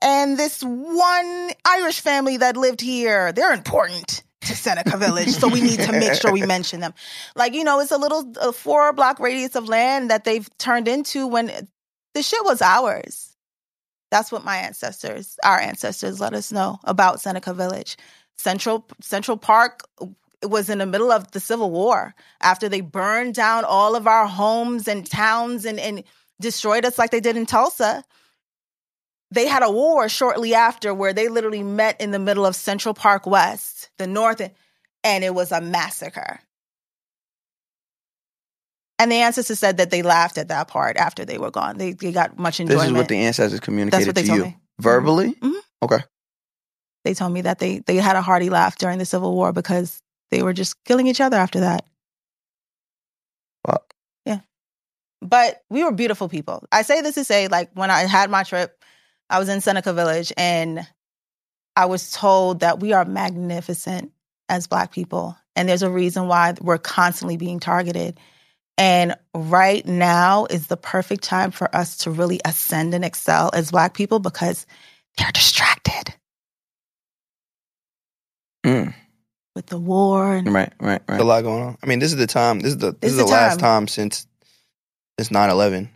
And this one Irish family that lived here, they're important to Seneca Village. so we need to make sure we mention them. Like, you know, it's a little a four block radius of land that they've turned into when the shit was ours. That's what my ancestors, our ancestors let us know about Seneca Village. Central Central Park was in the middle of the Civil War after they burned down all of our homes and towns and, and destroyed us like they did in Tulsa. They had a war shortly after where they literally met in the middle of Central Park West, the North, and it was a massacre. And the ancestors said that they laughed at that part after they were gone. They, they got much
This
enjoyment.
is what the ancestors communicated
they
to
told
you
me.
verbally.
Mhm.
Okay.
they told me that they they had a hearty laugh during the Civil War because they were just killing each other after that.
Fuck.
Yeah. But we were beautiful people. I say this to say, like, when I had my trip, I was in Seneca Village and I was told that we are magnificent as Black people. And there's a reason why we're constantly being targeted. And right now is the perfect time for us to really ascend and excel as Black people because they're distracted
Mm.
with the war. And
Right, right,
There's a
right.
lot going on. I mean, this is the time. This is the this,
This
is
the
the last
time.
time since since 9-11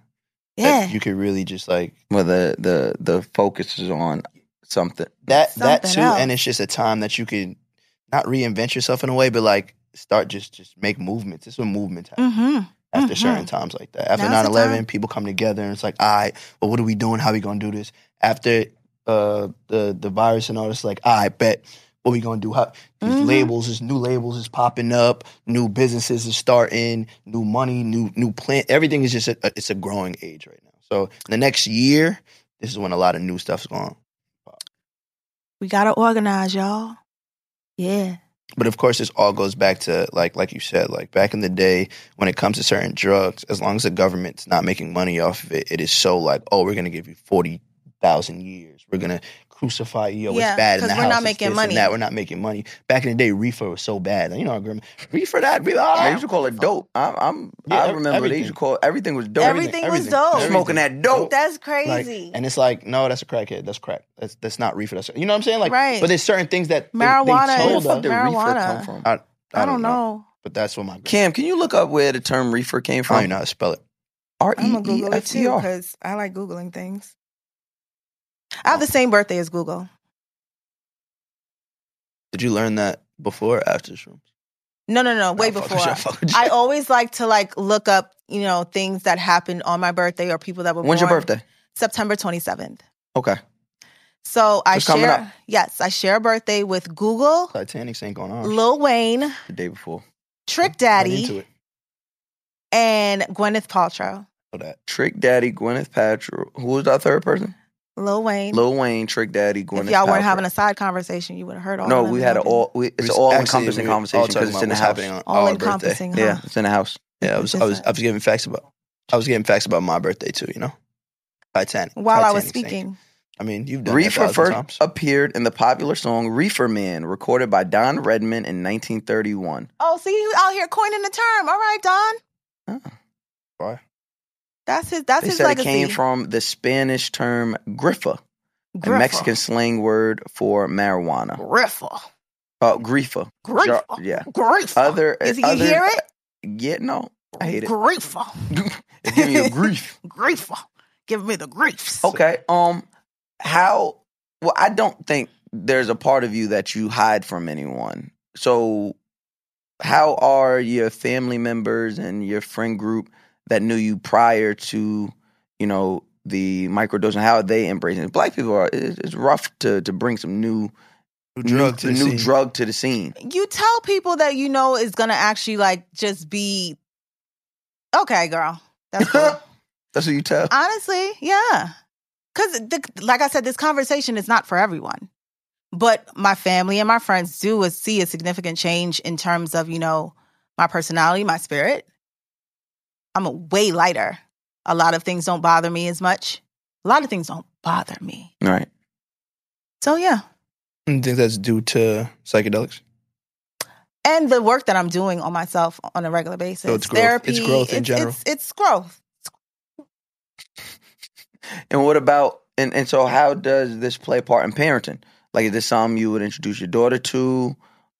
yeah.
that you could really just like
Where the, the, the focus is on something.
that that
Something
too.
else.
And it's just a time that you can not reinvent yourself in a way, but like start just just make movements. It's when movements happen.
hmm
after
Mhm.
certain times like that. After
Now's the
9-11,
time.
people come together and it's like, all right, well, what are we doing? How we going to do this? After uh, the the virus and all this, like, all right, bet. What we gonna do? How, these
Mhm.
labels, is new labels is popping up. New businesses is starting. New money, new new plant. Everything is just a, a- it's a growing age right now. So in the next year, this is when a lot of new stuff's going.
We got to organize, y'all. Yeah.
But of course, this all goes back to like like you said, like back in the day when it comes to certain drugs, as long as the government's not making money off of it, it is so like, oh, we're gonna give you forty thousand years. We're gonna crucify you. Oh,
Yeah,
it's bad in
'cause
the
we're
house.
not
It's
making
this and
money.
that. We're not making money. Back in the day, reefer was so bad. Like, You know, our grandma, reefer that. Reefer,
They
ah.
used to call it dope. I'm, I'm
Yeah,
I
ev-
remember they used
everything.
to call everything was dope.
Everything was dope.
Smoking that dope.
That's
Like,
crazy.
and it's like, no, that's a crackhead. That's crack. That's that's not reefer. That's you know what I'm saying. Like,
Right.
But there's certain things that they- they
Where
Marijuana
the
told
is-
us-
fuck did reefer
Marijuana.
come from?
I,
I, don't know.
But that's what my grandma.
Cam, can you look up where the term reefer came
I don't even
from?
know how to spell it.
R
I'm
E
going to
E
Google it
F
too
E R.
because I like Googling things. I have the same birthday as Google.
Did you learn that before or after shrooms?
No, no, no. Way
Nah, fuck
before.
with you, fuck with you.
I always like to like look up, you know, things that happened on my birthday or people that were
When's your
born.
birthday?
September 27th.
Okay.
So I
It's coming up.
share yes, I share a birthday with Google,
Titanic ain't
oh,
going on.
Lil Wayne,
The day before.
Trick
Went into
Daddy,
it.
and Gwyneth Paltrow.
Know that.
Trick Daddy, Gwyneth Paltrow. Who was that third person?
Lil Wayne.
Lil Wayne, Trick Daddy, Gwyneth
if y'all weren't
Paltrow.
having a side conversation, you would have heard all
no,
of them
we had an
talking.
all. We, it's
We
an
was-
all-encompassing
actually, we were
conversation
talking
because it's
about
in the
what's
house.
happening on
All
our
encompassing,
birthday.
huh?
Yeah, it's in the house.
Yeah, I was, I was, I was giving facts about, I was giving facts about my birthday too. You know, Titanic.
while I was
Titanic sank.
speaking.
I mean, you've done
Reefer
that
first
first. Times.
appeared in the popular song "Reefer Man," recorded by Don Redman in 1931.
Oh, see you out here coining the term. All right, Don.
Why?
That's his that's
Oh, They
his
said
legacy.
it came from the Spanish term grifa, a
Griffle.
Mexican slang word for marijuana.
Griffle.
Oh, grifa.
Griffle.
Jar- yeah.
Griffle.
Other.
Is it- you
other,
hear it?
Yeah. No, I hate it.
Griffle.
<laughs> It's giving
<laughs>
you grief.
Griffle. Give me the griefs.
Okay. Um. How? Well, I don't think there's a part of you that you hide from anyone. So, how are your family members and your friend group that knew you prior to, you know, the microdosing? How are they embracing it? Black people are. It's, it's rough to to bring some new
New drug to the
new
scene.
drug to the scene.
you tell people that you know is gonna actually like just be okay, girl.
<laughs>
That's cool.
That's what you tell.
honestly, yeah. Because like I said, this conversation is not for everyone, but my family and my friends do is- see a significant change in terms of you know my personality, my spirit. I'm way lighter. A lot of things don't bother me as much. A lot of things don't bother me.
Right.
So yeah.
You think that's due to psychedelics?
and the work that I'm doing on myself on a regular basis.
So it's growth. It's growth in
it's,
general.
It's, it's growth.
And what about and and so how does this play a part in parenting? Like, is this something you would introduce your daughter to,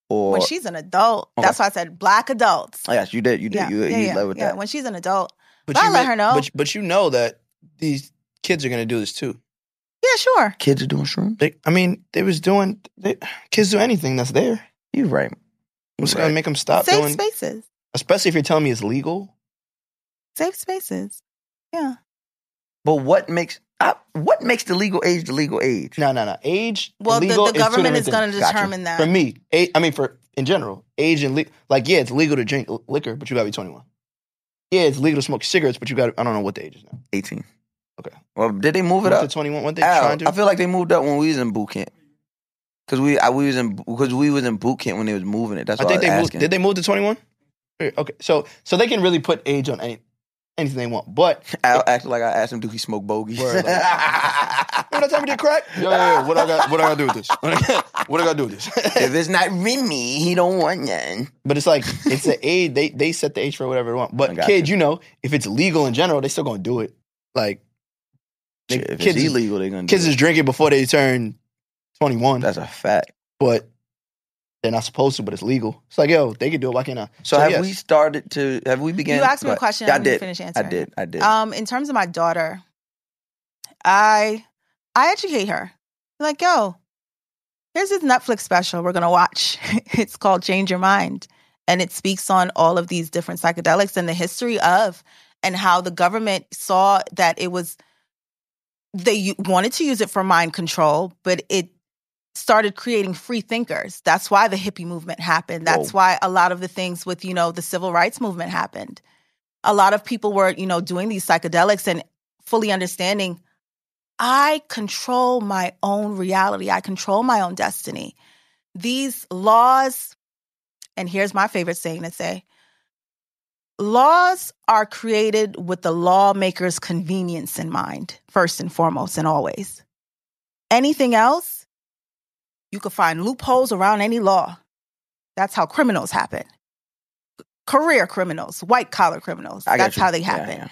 or
when she's an adult,
Oh.
Okay.
that's why I said black adults.
Oh, yes, you did. You did.
yeah,
you
yeah,
you
yeah,
led with
yeah.
that.
When she's an adult,
But
Well, I
you
let
re-
her know.
But, but you know that these kids are gonna do this too.
yeah, sure.
Kids are doing shrooms.
They, I mean, they was doing. They, kids do anything that's there.
You right. You
What's
right.
gonna make them stop
Safe
doing?
spaces.
Especially if you're telling me it's legal.
Safe spaces. Yeah.
But what makes I, what makes the legal age the legal age?
No, no, no. Age.
Well, the,
illegal
the
two
government
different
is going to
things.
determine
For
that.
me, a- I mean, for in general, age and le- like, yeah, it's legal to drink l- liquor, but you gotta be 21. Yeah, it's legal to smoke cigarettes, but you gotta, I don't know what the age is now.
Eighteen.
Okay.
Well, did they move it
Went
up?
to 21, one thing
Al,
trying to.
I feel like they moved up when we was in boot camp. Cause we I, we was in because we was in boot camp when they was moving it. That's
I
what
think
I
they
was
moved,
asking.
did they move to 21? Okay, so so they can really put age on any. anything they want. But
Al acted like I asked him, do he smoke bogeys? <laughs>
Word, remember that time we did crack? Yo, yo, yo, what I got? What I got to do with this? <laughs> what I got to do with this? <laughs>
if it's not Remy, he don't want none.
But it's <laughs> like it's an age. They they set the age for whatever they want.
I
But
got
kids, you. know, if it's legal in general, they still gonna do it. Like they-
Shit, if
kids,
it's
is,
illegal, they're gonna
kids
do it.
is drinking before they turn twenty one.
That's a fact.
But they're not supposed to. But it's legal. It's like yo, they can do it. Why can't I?
So, have
yes.
we started to? Have we began?
you asked me
go
a
ahead.
question.
Yeah, I
I'm gonna
did.
Finish
I
answering.
did. I did.
Um, in terms of my daughter, I I educate her. Like, yo, here's this Netflix special we're gonna watch. <laughs> it's called Change Your Mind, and it speaks on all of these different psychedelics and the history of, and how the government saw that it was they u- wanted to use it for mind control, but it started creating free thinkers. That's why the hippie movement happened. That's
Whoa.
why a lot of the things with, you know, the civil rights movement happened. A lot of people were, you know, doing these psychedelics and fully understanding I control my own reality. I control my own destiny. These laws, and here's my favorite saying to say laws are created with the lawmaker's convenience in mind, first and foremost, and always. Anything else, you could find loopholes around any law. That's how criminals happen. Career criminals, white collar criminals.
I got
That's
you.
how they
Yeah,
happen.
yeah.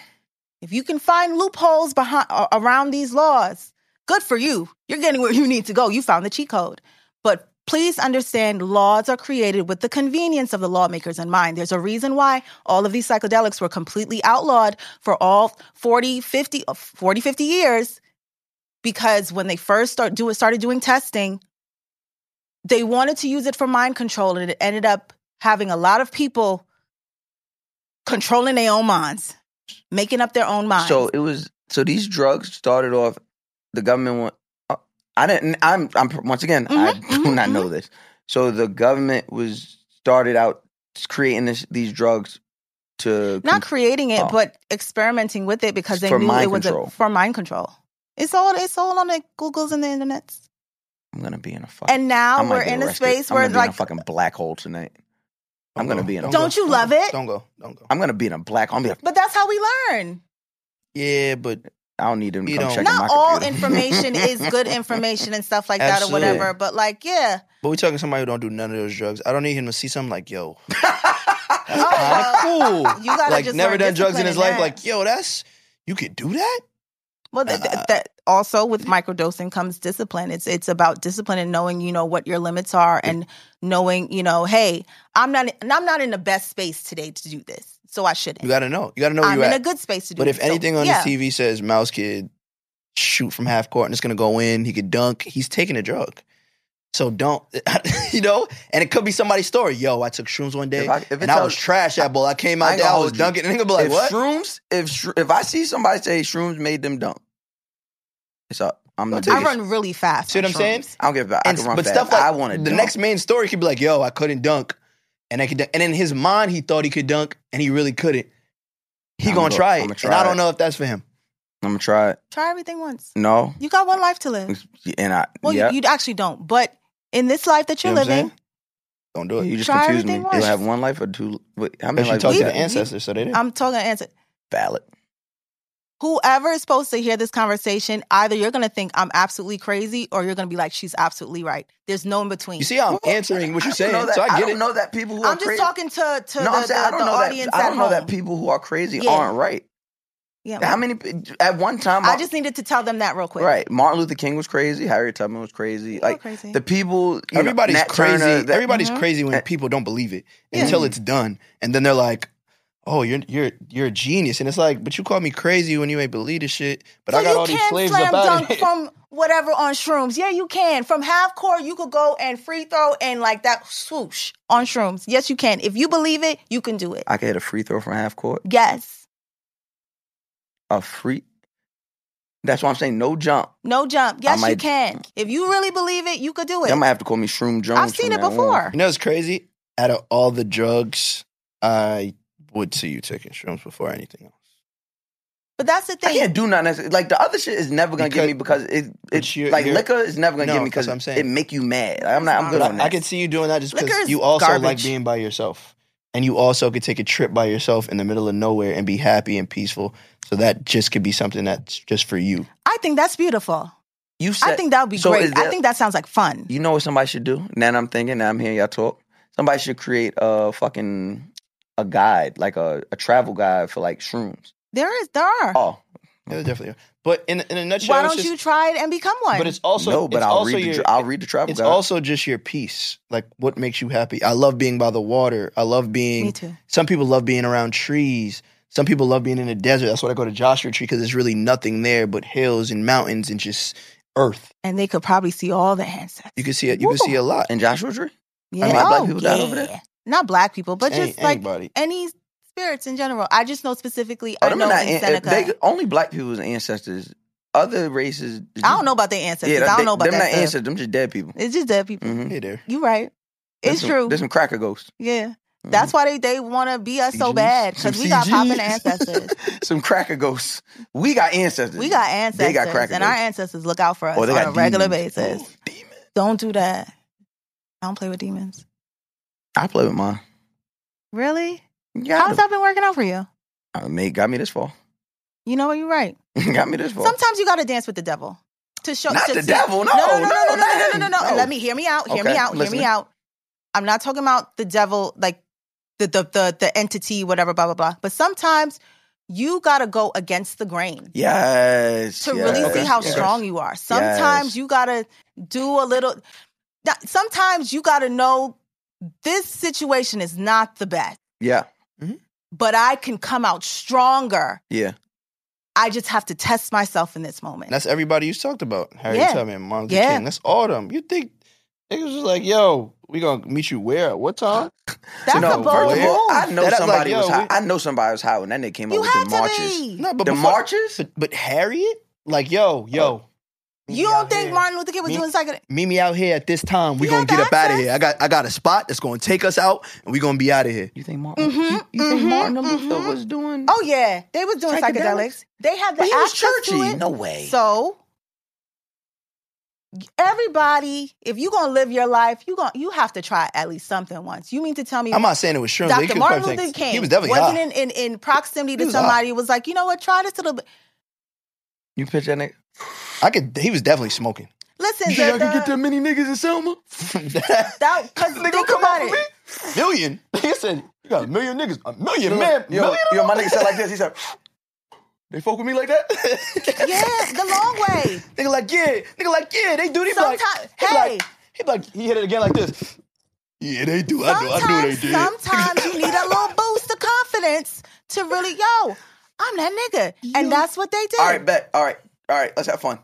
If you can find loopholes behind a- around these laws, good for you. You're getting where you need to go. You found the cheat code. But please understand laws are created with the convenience of the lawmakers in mind. There's a reason why all of these psychedelics were completely outlawed for all 40, 50, 40, 50 years because when they first start do, started doing testing, they wanted to use it for mind control and it ended up having a lot of people controlling their own minds, making up their own minds.
So it was. So these drugs started off. The government went. uh, I didn't. I'm. I'm. Once again, I
Mhm,
do
mhm,
not know this. So the government was started out creating this, these drugs to
not creating it,
Oh.
but experimenting with it because they
For
knew
mind
it was
control.
a, for mind control. It's all it's all on the Googles and the internets.
I'm gonna be in a fuck.
And now
I might
we're
get
in a
arrested.
space
I'm
where
gonna be in
like
a fucking black hole tonight. I'm gonna be in a.
Don't you love
go.
it?
Don't go. Don't go.
I'm gonna be in a black. I'm gonna be. A,
but that's how we learn.
Yeah, but
I don't need them. to
You
Come
don't-
checking my
Not all
computer. <laughs>
information is good information and stuff like that or
Absolutely.
whatever. But like, yeah.
<laughs>
but we talking somebody who don't do none of those drugs. I don't need him to see something like yo.
Oh,
Kinda
well,
cool.
you gotta
like
just
never
learn
done drugs in
discipline
his
in
life.
that.
Like yo, that's you could do that.
Well, that,
Uh,
that, that also with microdosing comes discipline. It's it's about discipline and knowing you know what your limits are and knowing you know, hey, I'm not I'm not in the best space today to do this, so I shouldn't.
You gotta know. You gotta know where
I'm
you
in
at.
a good space to do.
But if
this. So,
anything on
yeah.
his TV says Mouse Kid shoot from half court and it's gonna go in, he could dunk. He's taking a drug, so don't <laughs> you know? And it could be somebody's story. Yo, I took shrooms one day
If I- if it
and I
tells-
was trash that ball. I came
I
out
ain't
there, I
gonna
was
hold you.
dunking, and they gonna be like,
if
"What?
shrooms, if shr- if I see somebody say shrooms made them dumb, it's up. I'm
I'll
the
take
biggest.
I run really fast.
See what
on
I'm saying?
shrooms.
I don't give a fuck. I
And,
can run
but
fast.
stuff like
I want to.
the next main story could be like, "Yo, I couldn't dunk," and I could, dunk. and in his mind he thought he could dunk and he really couldn't. He
I'm
gonna
go-
try it,
I'ma
and
try
I don't
it.
know if that's for him.
I'm gonna try it.
Try everything once.
No,
You got one life to live.
and I.
Well,
yeah.
you, you actually don't. But in this life that
You
you're
know what I'm
living,
saying? Don't do it.
You just
Try
confused me.
everything
Do I
once.
have one life or two? Wait, how
and
many
she
lives?
talked
is
to
we-
the
that?
ancestors, so they didn't.
I'm talking answer.
Valid.
Whoever is supposed to hear this conversation, either you're gonna think I'm absolutely crazy, or you're gonna be like, she's absolutely right. There's no in between.
you see how I'm answering what
I
you're
don't
saying,
know that-
so I get
don't
it.
know that people who are
I'm just
crazy.
talking to to
no,
the,
I'm saying I
the-
don't
the
know
audience
that. I
at
don't know
home.
that people who are crazy
Yeah.
aren't right.
Yeah,
How many at one time?
I just needed to tell them that real quick.
right. Martin Luther King was crazy. Harriet Tubman was crazy.
People are
Like
crazy.
the people. you know,
Everybody's
Nat
crazy.
Turner, that-
Everybody's
Mhm.
crazy when
Uh,
people don't believe it
Yeah.
until it's done, and then they're like, "Oh, you're you're you're a genius," and it's like, "But you call me crazy when you ain't believe this shit." But
so
I got
you
all
can
these slaves
slam
up out of <laughs>
dunk
here.
from whatever on shrooms. Yeah, you can. From half court, you could go and free throw and like that swoosh on shrooms. Yes, you can. If you believe it, you can do it.
I could hit a free throw from half court.
Yes.
A free. That's why I'm saying no jump.
No jump. Yes, you
might-
can. If you really believe it, you could do
Y'all
it.
might have to call me Shroom Jones.
I've seen
from
it
now on.
before.
You know, it's crazy. Out of all the drugs, I would see you taking shrooms before anything else.
But that's the
I can't
thing.
do nothing. that's- Like the other shit is never gonna
Because-
give me because it,
But
it
you're-
like
you're-
liquor is never gonna
No,
give me
that's
because
what I'm saying.
it make you mad. Like, I'm not. I'm good
But
on
I, I
that.
could see you doing that just
Liquor
because
is
you also like
garbage.
being by yourself. and you also could take a trip by yourself in the middle of nowhere and be happy and peaceful. So that just could be something that's just for you.
I think that's beautiful.
You said,
I think that would be
so is
great. I
there-
think that sounds like fun.
You know what somebody should do? Now that I'm thinking, now I'm hearing y'all talk. Somebody should create a fucking a guide, like a, a travel guide for like shrooms.
There is, there are.
Oh,
Yeah, definitely. But in in a nutshell,
Why
it's
don't
just-
you try it and become one?
But it's also
no, but
it's
I'll
also
read the
your,
tra- I'll read the travel
it's
guide.
also just your peace. Like what makes you happy. I love being by the water. I love being.
Me too.
Some people love being around trees. Some people love being in the desert. That's why I go to Joshua Tree because there's really nothing there but hills and mountains and just earth.
and they could probably see all the ancestors.
You can see it. You can see a lot.
in Joshua Tree.
Yeah.
mean, black
oh,
people
yeah.
down over there?
Not black people, but
Any-
just like
anybody.
any spirits in general. I just know specifically.
Oh,
I
them
know
are not
in
an-
Seneca.
they- only black people's ancestors. Other races.
I don't know about their ancestors. I
they-
don't know about
them
that
not
stuff.
ancestors. Them just dead people.
It's just dead people.
Mhm.
Hey there.
You right.
There's
It's
some-
true.
There's some cracker ghosts.
yeah.
mm-hmm.
That's why they, they want to be us so bad because we got
CGs.
popping ancestors.
Some cracker ghosts. We got ancestors.
We got
<laughs>
ancestors,
They got cracker
and our
ghosts.
ancestors look out for us
Oh, they
on
got
a regular
demons.
basis.
Oh, demon.
Don't do that. I don't play with demons.
I play with mine.
Really?
Got
How's that been working out for you?
made, got me this fall.
You know what? You're right.
<laughs> got me this fall.
Sometimes you got to dance with the devil to show.
Not
to
the
see-
devil, no,
no, no,
no,
no, no, no, no,
not
no, no,
him.
no.
No.
Let me hear me out. Hear
Okay,
me out.
I'm
Hear
listening.
me out. I'm not talking about the devil, like the the the, the entity, whatever, blah blah blah. But sometimes you got to go against the grain.
Yes.
to
yes,
really see
yes,
how
yes.
strong you are. Sometimes
Yes.
you gotta do a little. Now, Sometimes you gotta know this situation is not the best,
Yeah.
but I can come out stronger.
Yeah.
I just have to test myself in this moment.
And that's everybody you talked about. Harry
Yeah.
Tubman, Martin Luther
Yeah.
King. That's all them. You think niggas was like, yo, we gonna meet you where? What time?
That's
No,
a bold
where?
move.
I know
That- like,
somebody
yo,
was high.
we-
I know somebody was high when that nigga came
you
up with
had
the
to
marches.
be.
No, but
The
before-
marches?
But, but Harriet, like, yo, yo,
you don't
Martin?
think Martin Luther King was
Me-
doing psychedelic?
Meet me out here at this time. We
You
gonna
have
get
the
up out of
access?
here. I got I got a spot that's gonna take us out, and we gonna be out of here.
You think Martin?
Mhm,
you you think
mhm,
Martin Luther
mhm.
was doing?
Oh yeah, they was doing psychedelics.
Psychedelics?
They had the
but he was
access to
churchy.
it.
No way.
So everybody, if you're gonna live your life, you going to you have to try at least something once. You mean to tell me
I'm not saying it was shrooms. They
Dr.
could
Martin
probably
Luther
think-
King
He was definitely
wasn't
high.
In, in, in proximity
He
to
was high.
somebody who was like, you know what, try this to the
you pitch that nigga?
I could. He was definitely smoking.
listen,
You think I
the,
could get
the,
that many niggas in
<laughs>
Selma?
that because
<laughs> Nigga,
think
come
about
out
it.
for me. <laughs>
million. He said you got a million niggas. A million
Yo,
man.
yo,
million
yo, my nigga said like this. He said, <laughs> "They fuck with me like
<laughs>
that."
Yeah, the long way.
Nigga like yeah. Nigga like yeah. They do. They be like
Sometimes-
he be like-
hey.
He be like he hit it again like this. Yeah, they do. I know. I knew they
Sometimes,
did.
sometimes you need a little boost of confidence to really, yo, I'm that nigga. And that's what they did.
All right, bet. All right, all right. Let's have fun.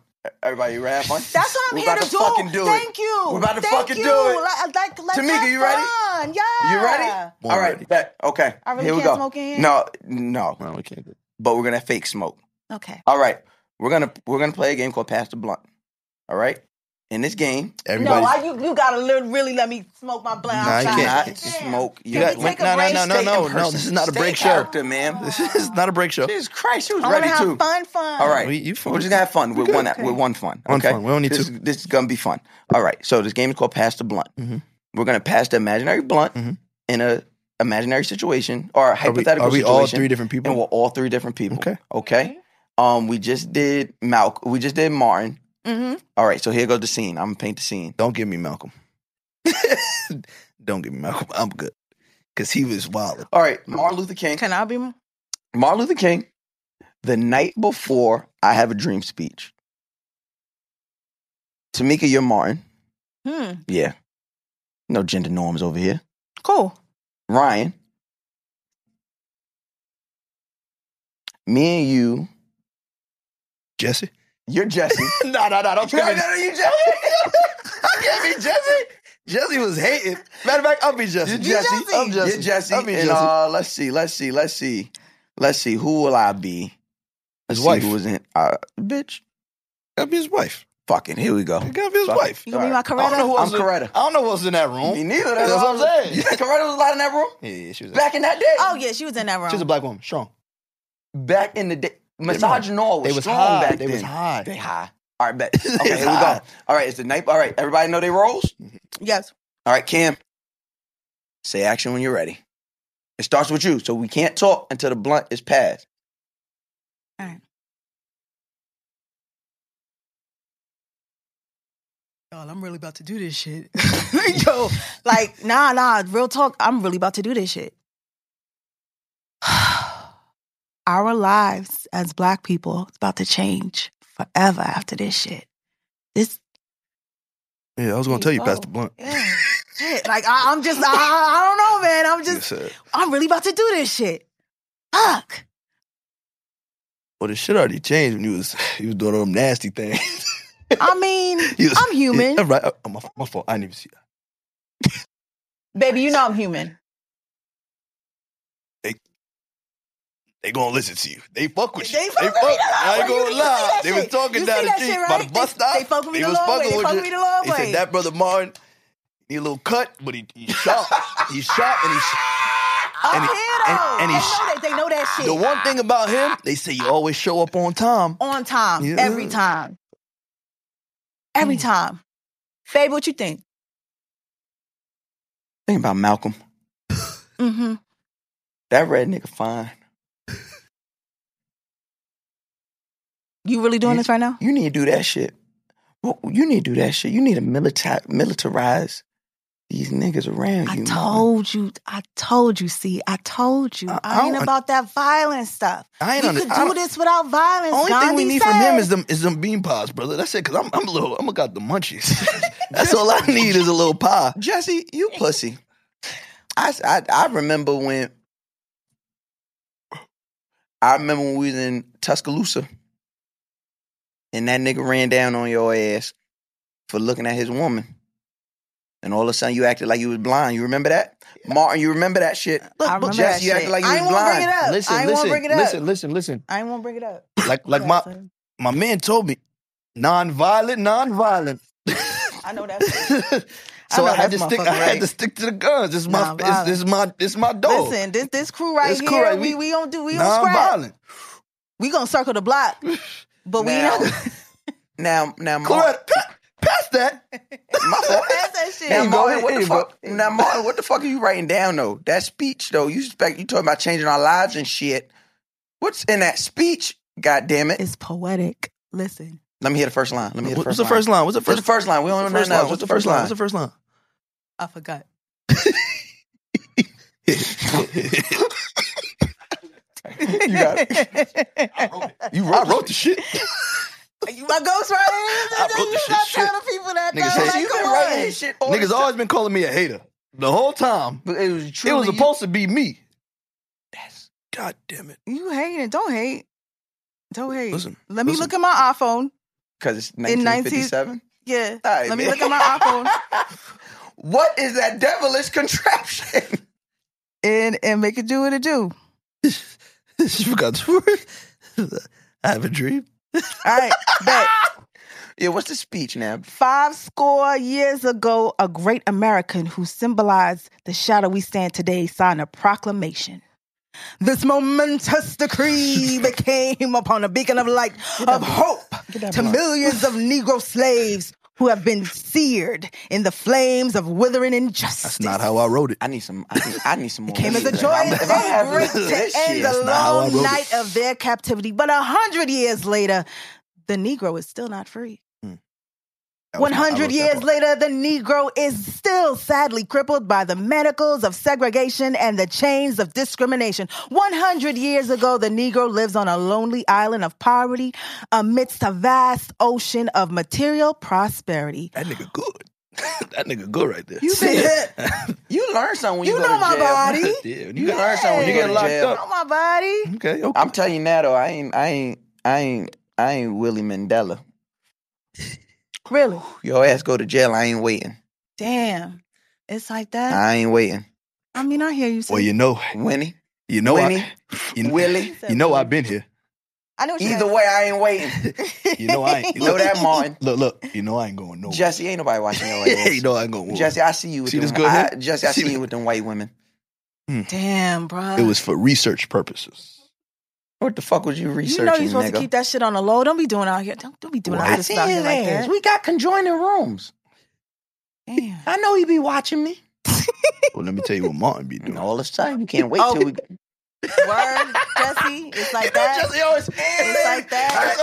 Everybody, you ready to have fun?
That's what I'm
We're
here
about
to,
to
do.
fucking do it.
Thank you.
We're about to
Thank
fucking
you.
do it.
Like, uh, like, let's
Tamika,
have
you ready?
fun. Yeah.
You ready?
Born
all right,
ready.
bet. Okay.
I really
here we
can't
go.
smoke in here?
No, no.
No, we can't do.
But we're gonna fake smoke.
Okay.
All right. We're gonna we're gonna play a game called Pass the Blunt. All right. In this game,
Everybody.
No, I, you you gotta li- really let me smoke my blunt.
Nah,
do
you
outside.
can't.
not
Damn.
smoke.
Can
your
we
got-
blunt.
take a
no,
break?
no, no,
Stay
no,
in
no,
person.
this is not a
Stay
break show.
character, ma'am.
<laughs> This <laughs> is not a break show.
Jesus Christ, she was
I wanna
ready
have
too.
fun, fun.
All right,
We- you fun.
are just gonna have fun
We
with
good.
one
Okay.
with one fun.
One
okay?
fun. We don't need
this
two.
Is, this is gonna be fun. All right, so this game is called Pass the Blunt.
Mm-hmm.
We're gonna pass the imaginary blunt
Mhm.
in a imaginary situation or a
Are we,
hypothetical
are we
situation.
all three different people?
And we're all three different people.
Okay.
Okay. Um, we just did Malc. We just did Martin.
Mhm.
All right, so here goes the scene. I'm gonna paint the scene.
Don't give me Malcolm. <laughs> Don't give me Malcolm. I'm good. Cause he was wild.
All right, Martin Luther King.
Can I be? m-
Martin Luther King. The night before I have a dream speech. Tamika, you're Martin.
Hmm.
Yeah. No gender norms over here.
Cool.
Ryan, me and you,
Jesse?
you're Jesse.
No, no, no. Don't
no, no, no, you
<laughs>
Jesse. I can't be Jesse.
Jesse was hating. Matter of fact, I'll be Jesse.
You're Jesse.
I'm Jesse.
You're Jesse.
I'll be
and
Jesse.
uh, let's see, let's see, let's see, let's see. Who will I be? Let's
His
see
wife.
Who was in? Uh, bitch.
I'll be his wife.
Fucking. Here we go.
I gotta be his
Fuck.
wife.
You gonna be my
All right. I don't know who
Coretta?
else
I'm
in-
Coretta.
I don't know what's in that room.
Me neither.
That's what I'm saying.
Yeah, Coretta was alive in that room
<laughs> Yeah, yeah, she was.
back in that day.
Oh yeah, she was in that room.
She's a black woman, strong.
back in the day, massage and all was,
They was
strong
high.
back
They
then.
was high.
They high. All right,
<laughs>
bet.
They Mm-hmm.
Okay, here we go.
high.
All right, it's the night. All right, everybody know their roles.
yes.
All right, Cam. Say action when you're ready. It starts with you. So we can't talk until the blunt is passed.
All right.
Y'all, I'm really about to do this shit.
<laughs> Yo, like, nah, nah, real talk. I'm really about to do this shit. <sighs> Our lives as black people is about to change forever after this shit. This
Yeah, I was gonna tell you, Pastor Blunt.
yeah, <laughs> shit. Like I, I'm just I, I don't know, man. I'm just
Yes, sir.
I'm really about to do this shit. Fuck.
Well, the shit already changed when you was <sighs> you was doing all them nasty things.
I mean,
<laughs> You was-
I'm human,
Yeah, right. Oh, my, my fault. I didn't even see that.
baby. You know I'm human.
They gonna listen to you. They fuck with you.
They fuck with me.
I ain't
You-
gonna
you see
lie.
that
They was
shit.
talking
You
down
see
the
that
street
shit,
by
right?
the bus
They-
stop.
they fuck with me the
was
long way.
fucking
They
with
fuck
you.
with me the long
They
way.
said that brother Martin. He a little cut, but he, he sharp. he's sharp and he's.
I'm
And he-
here Oh, though.
and- and
they
he sh-
know that. They know that shit.
The one thing about him, they say you always show up on time.
on time
Yeah. Mm.
every time. Every time. Babe, what you think?
Think about Malcolm.
Mm-hmm.
That red nigga fine.
You really doing
You-
this right now?
You need to do that shit. Well, you need to do that shit. You need to milita- militarize these niggas around
I
you. man.
told you. I told you. See, I told you.
I-
I,
I
ain't
don't-
about that violent stuff.
I ain't
we
under-
could
I don't-
do this without violence.
Only thing we
Gandhi
need from
said.
them is them is them bean pies, brother. That's it. Cause I'm I'm a little I'm got the <laughs> munchies. That's all I need is a little pie.
Jesse, you pussy. I, I I remember when I remember when we was in Tuscaloosa and that nigga ran down on your ass for looking at his woman. And all of a sudden you acted like you was blind. You remember that? Martin, you remember that shit?
I remember
Jesse,
that
you
shit.
acted like you
I
was
ain't wanna
blind.
bring it up.
Listen,
I ain't
listen,
wanna bring it up.
listen, listen, listen.
I ain't want to bring it up.
Like <laughs> like my
Listen,
my man told me, non-violent, <laughs> non-violent.
I know that's.
<laughs> so I,
know
had to
that's
stick. I
motherfucker
had
right.
to stick to the guns. It's my. It's,
Non-violent.
it's my. It's my dog.
Listen, this this crew right
This
here,
crew right-
we,
we-
we don't do we don't scrap.
non-violent.
We gonna circle
<laughs>
the block, but we
Now-
not.
Now now Martin,
Correct. Pa- Pass
<laughs>
that.
my fault.
That's that shit.
Now,
you go.
Martin, what
Hey,
the fuck?
bro.
Now, Martin, what the fuck are you writing down though? That speech though, you expect you talking about changing our lives and shit. What's in that speech? God damn it!
It's poetic. Listen,
Let me hear the first line. Let me hear the
What-
first.
What's the first line? What's the
What's
first?
the first line? We
what's
don't
the
know
first
now.
line?
What's the first line?
What's the first line?
I forgot.
You got it. <laughs>
You wrote, I wrote the shit.
You my
<laughs>
ghost right
wrote
here. You
this
not
shit.
telling people that.
Nigga said,
though. Like,
you been
come
writing
on.
this shit all
Niggas
this
always been calling me a hater the whole time.
time. It was
it
truly
was
you-
supposed to be me. That's god damn it.
You hating? Don't hate. Don't hate.
Listen,
Let me
listen.
look at my iPhone.
because it's
19
1957.
Yeah.
All right,
Let me
man.
look at my iPhone.
<laughs>
<laughs> What is that devilish contraption?
And and make it do what it do.
She forgot the word. I have a dream.
All right. But
yeah, what's the speech now?
five score years ago, a great American who symbolized the shadow we stand today signed a proclamation. This
<laughs>
momentous decree became upon a beacon of light, of hope to millions of Negro slaves who have been seared in the flames of withering injustice.
That's not how I wrote it.
I need some. I need, I need some more.
Came as a
If I'm-
joyous
if I'm having
daybreak
<laughs> this
to
shit,
end the
That's not how I
long
wrote it.
night of their captivity. But a hundred years later, the Negro is still not free.
Hmm.
That was my- I wrote
100
that
years
part.
later, the Negro is still sadly crippled by the manacles of segregation and the chains of discrimination. 100 years ago, the Negro lives on a lonely island of poverty amidst a vast ocean of material prosperity.
That nigga good. <laughs> that nigga good right there.
You said You learn something. When you,
You
go
know
to
my
jail.
<laughs>
body.
Yeah,
<laughs>
when
You
you got
learn something when you
Hey.
get locked
Yeah.
Oh,
up.
my body.
Okay, okay.
<laughs> I'm telling you now though, I ain't, I ain't, I ain't, I ain't Willie Mandela.
Really?
Your ass go to jail. I ain't waiting.
Damn. It's like that.
I ain't waiting.
I mean, I hear you.
well,
sis.
you know,
Winnie,
you know,
Winnie,
I, you,
Willie.
you know, I've been here.
I know what you
Either
meant.
way, I ain't waiting.
<laughs>
You know, I ain't,
You <laughs> know that, Martin.
<laughs> Look, look, you know, I ain't going nowhere.
Jesse, ain't nobody watching
<laughs>
your
yeah,
ass.
you know, I ain't going nowhere.
Jesse, I see you. With
See
them,
this good
I,
hair?
Jesse, I
See
see you
that?
with them white women.
Damn, bro.
It was for research purposes.
What the fuck was you
You
researching,
know you're supposed
nigga?
to keep that shit on the low. Don't be doing out here. Don't, don't be doing
Right.
all
I
this
see
stuff out
<laughs> his
here like
ass.
that.
We got conjoining rooms.
Damn.
I know he be watching me.
well, let me tell you what Martin be doing. <laughs>
all this time. You can't wait
Oh.
till we.
Word, Jesse, it's like
Yeah,
that.
Jesse always,
It's like
that.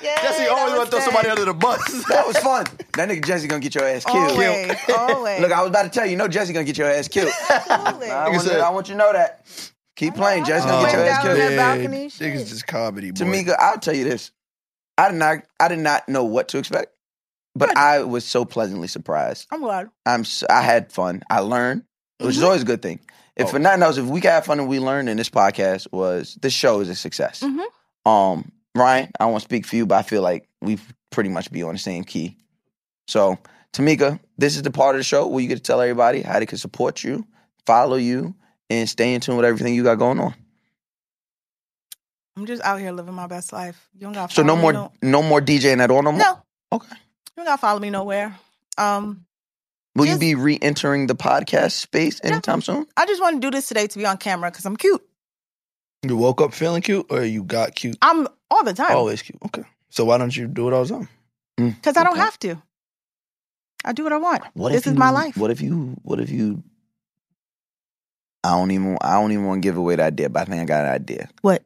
Yeah,
Jesse always
that
want to throw
was
somebody
that.
under the bus.
That was fun. That nigga Jesse gonna get your ass killed.
Always, always.
Look, I was about to tell you, you know Jesse gonna get your ass killed. <laughs>
Absolutely.
I, want
said-
you, I want you to know that. Keep playing. Jesse gonna
Oh,
get your
down
ass
on
killed.
man.
that balcony, shit.
Niggas just comedy, boy.
Tamika, I'll tell you this. I did not I did not know what to expect, but I was so pleasantly surprised.
I'm glad.
I'm s I had fun. I learned, which is always a good thing. If
Mm-hmm.
for
Oh.
nothing else, if we could have fun and we learned, and this podcast was this show is a success.
Mhm.
Mm-hmm.
Um, Ryan, I won't speak for you, but I feel like we pretty much be on the same key. So, Tamika, this is the part of the show where you get to tell everybody how they can support you, follow you, and stay in tune with everything you got going on.
I'm just out here living my best life. You don't got
So no more, no, more DJing at all. No more.
No.
Okay.
You don't gotta follow me nowhere. Um,
Will
Just-
you be re-entering the podcast space anytime soon?
I just want to do this today to be on camera because I'm cute.
you woke up feeling cute, or you got cute?
I'm all the
Oh,
time
Always cute. Okay. So why don't you do it all the time?
because I don't have to. I do what I want. this is my life.
What if you? What if you? I don't even. I don't even want to give away the idea, but I think I got an idea.
What?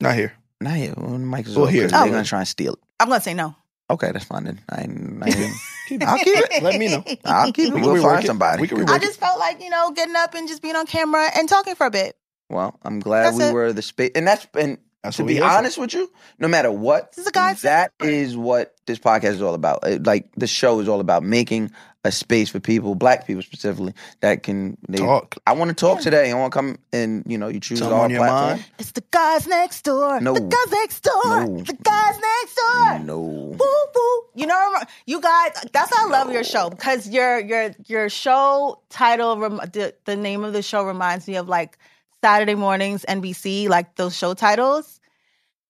Not here.
Not here. Well, Mike's
Well, here.
They're
Oh.
gonna try and steal it.
I'm gonna say no.
Okay, that's fine. Then I, ain't- I
<laughs>
ain't- I'll keep it.
Let me know.
I'll keep it.
We can
We'll
rework
find
it.
somebody.
We can rework
I
it.
just felt like you know getting up and just being on camera and talking for a bit.
Well, I'm glad
That's
we
it.
were the space, and that's and
That's
to
what we
be
here for.
honest with you, no matter what,
This is a guy's
that is what this podcast is all about. It- like the show is all about making a space for people, black people specifically, that can they,
Talk.
I want to talk today. I want to come and you know you choose
Something
all
on your
platform.
It's the guys next door.
No.
The guys next door.
No.
The guys next door.
No,
Woo woo. You know, rem- you guys. That's why I love your show because your your your show title, rem- the, the name of the show reminds me of like Saturday mornings NBC, like those show titles.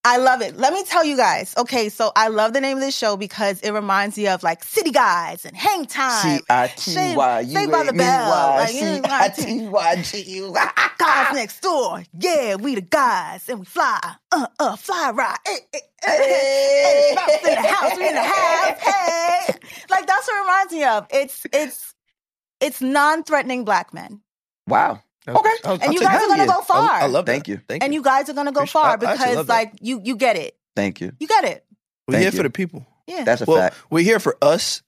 I love it. Let me tell you guys. Okay, so I love the name of this show because it reminds me of like City Guys and Hang Time.
C I T Y U
Saved by the
A M
Bell,
Y
like, you
C
ain't
I
lying.
T Y G U I.
Guys next door, yeah, we the guys and we fly, uh, uh, fly right. Hey, hey, hey, hey, Bounce in the house, we in the house, hey. Like that's what it reminds me of. It's it's it's non-threatening black men,
Wow.
Okay.
and you guys are gonna go far.
I, I love that.
Thank you.
Thank
and
you.
you guys are gonna go
Appreciate- I- I
far
actually love
because
that.
like you you get it,
Thank you.
you get it.
We're here
Thank you.
for the people.
Yeah,
That's a
well,
fact.
we're here for us,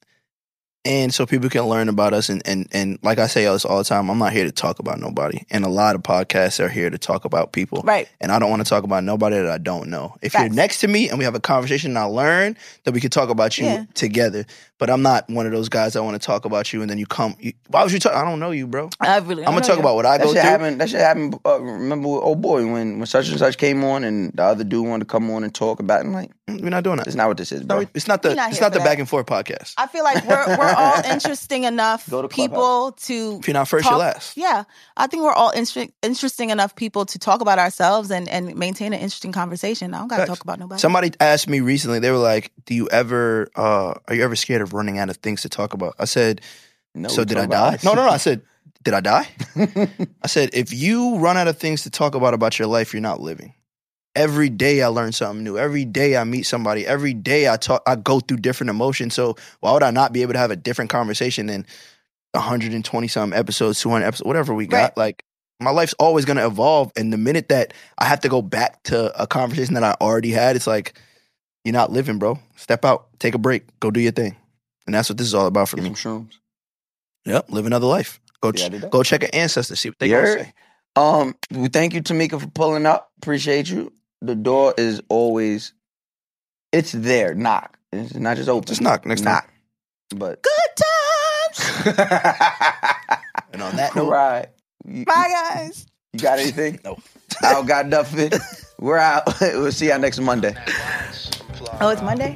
and so people can learn about us. And and and like I say this all the time, I'm not here to talk about nobody. And a lot of podcasts are here to talk about people.
right.
And I don't want to talk about nobody that I don't know. If you're
Facts.
next to me and we have a conversation and I learn, then we can talk about you
Yeah.
together. But I'm not one of those guys that want to talk about you and then you come. You, why was you talking? I don't know you, bro.
I really.
I'm gonna talk about what I
That
go
shit
through.
happened. That shit happened. Uh, remember, with old boy, when when such and such came on, and the other dude wanted to come on and talk about, it, I'm like,
We're not doing that.
that's not what this is, bro.
No, it's not the
We not
it's
here
not
for
the back
that.
and forth podcast.
I feel like we're we're
<laughs>
all interesting enough
Go to
people to
If you're not first,
talk-
you're last.
Yeah, I think we're all inter- interesting enough people to talk about ourselves and, and maintain an interesting conversation. I don't got to
Facts.
talk about nobody.
Somebody asked me recently. They were like, "Do you ever uh, are you ever scared of running out of things to talk about?" I said,
No,
"So
we
did I
talking
die?"
about
No,
us.
no, no.
<laughs>
I said, "Did I die?" I said, "If you run out of things to talk about about your life, you're not living." Every day I learn something new. Every day I meet somebody. Every day I talk. I go through different emotions. So why would I not be able to have a different conversation than 120 some episodes, 200 episodes, whatever we got?
Right.
Like my life's always going to evolve. And the minute that I have to go back to a conversation that I already had, it's like you're not living, bro. Step out, take a break, go do your thing. And that's what this is all about for
Get
me.
some shrooms.
Yep, live another life. Go
Yeah, I did
ch-
that.
go check an ancestor, see what they
You
gonna
heard?
say.
Um, well, thank you, Tamika, for pulling up. Appreciate you. The door is always, it's there. Knock. It's not just open.
Just knock next
knock.
<laughs>
But
Good times.
And
<laughs>
on that note,
right. You,
Bye,
<laughs>
guys.
you got anything?
no.
I don't got
<laughs>
nothing. We're out. <laughs> we'll see y'all next Monday.
Oh, it's Monday.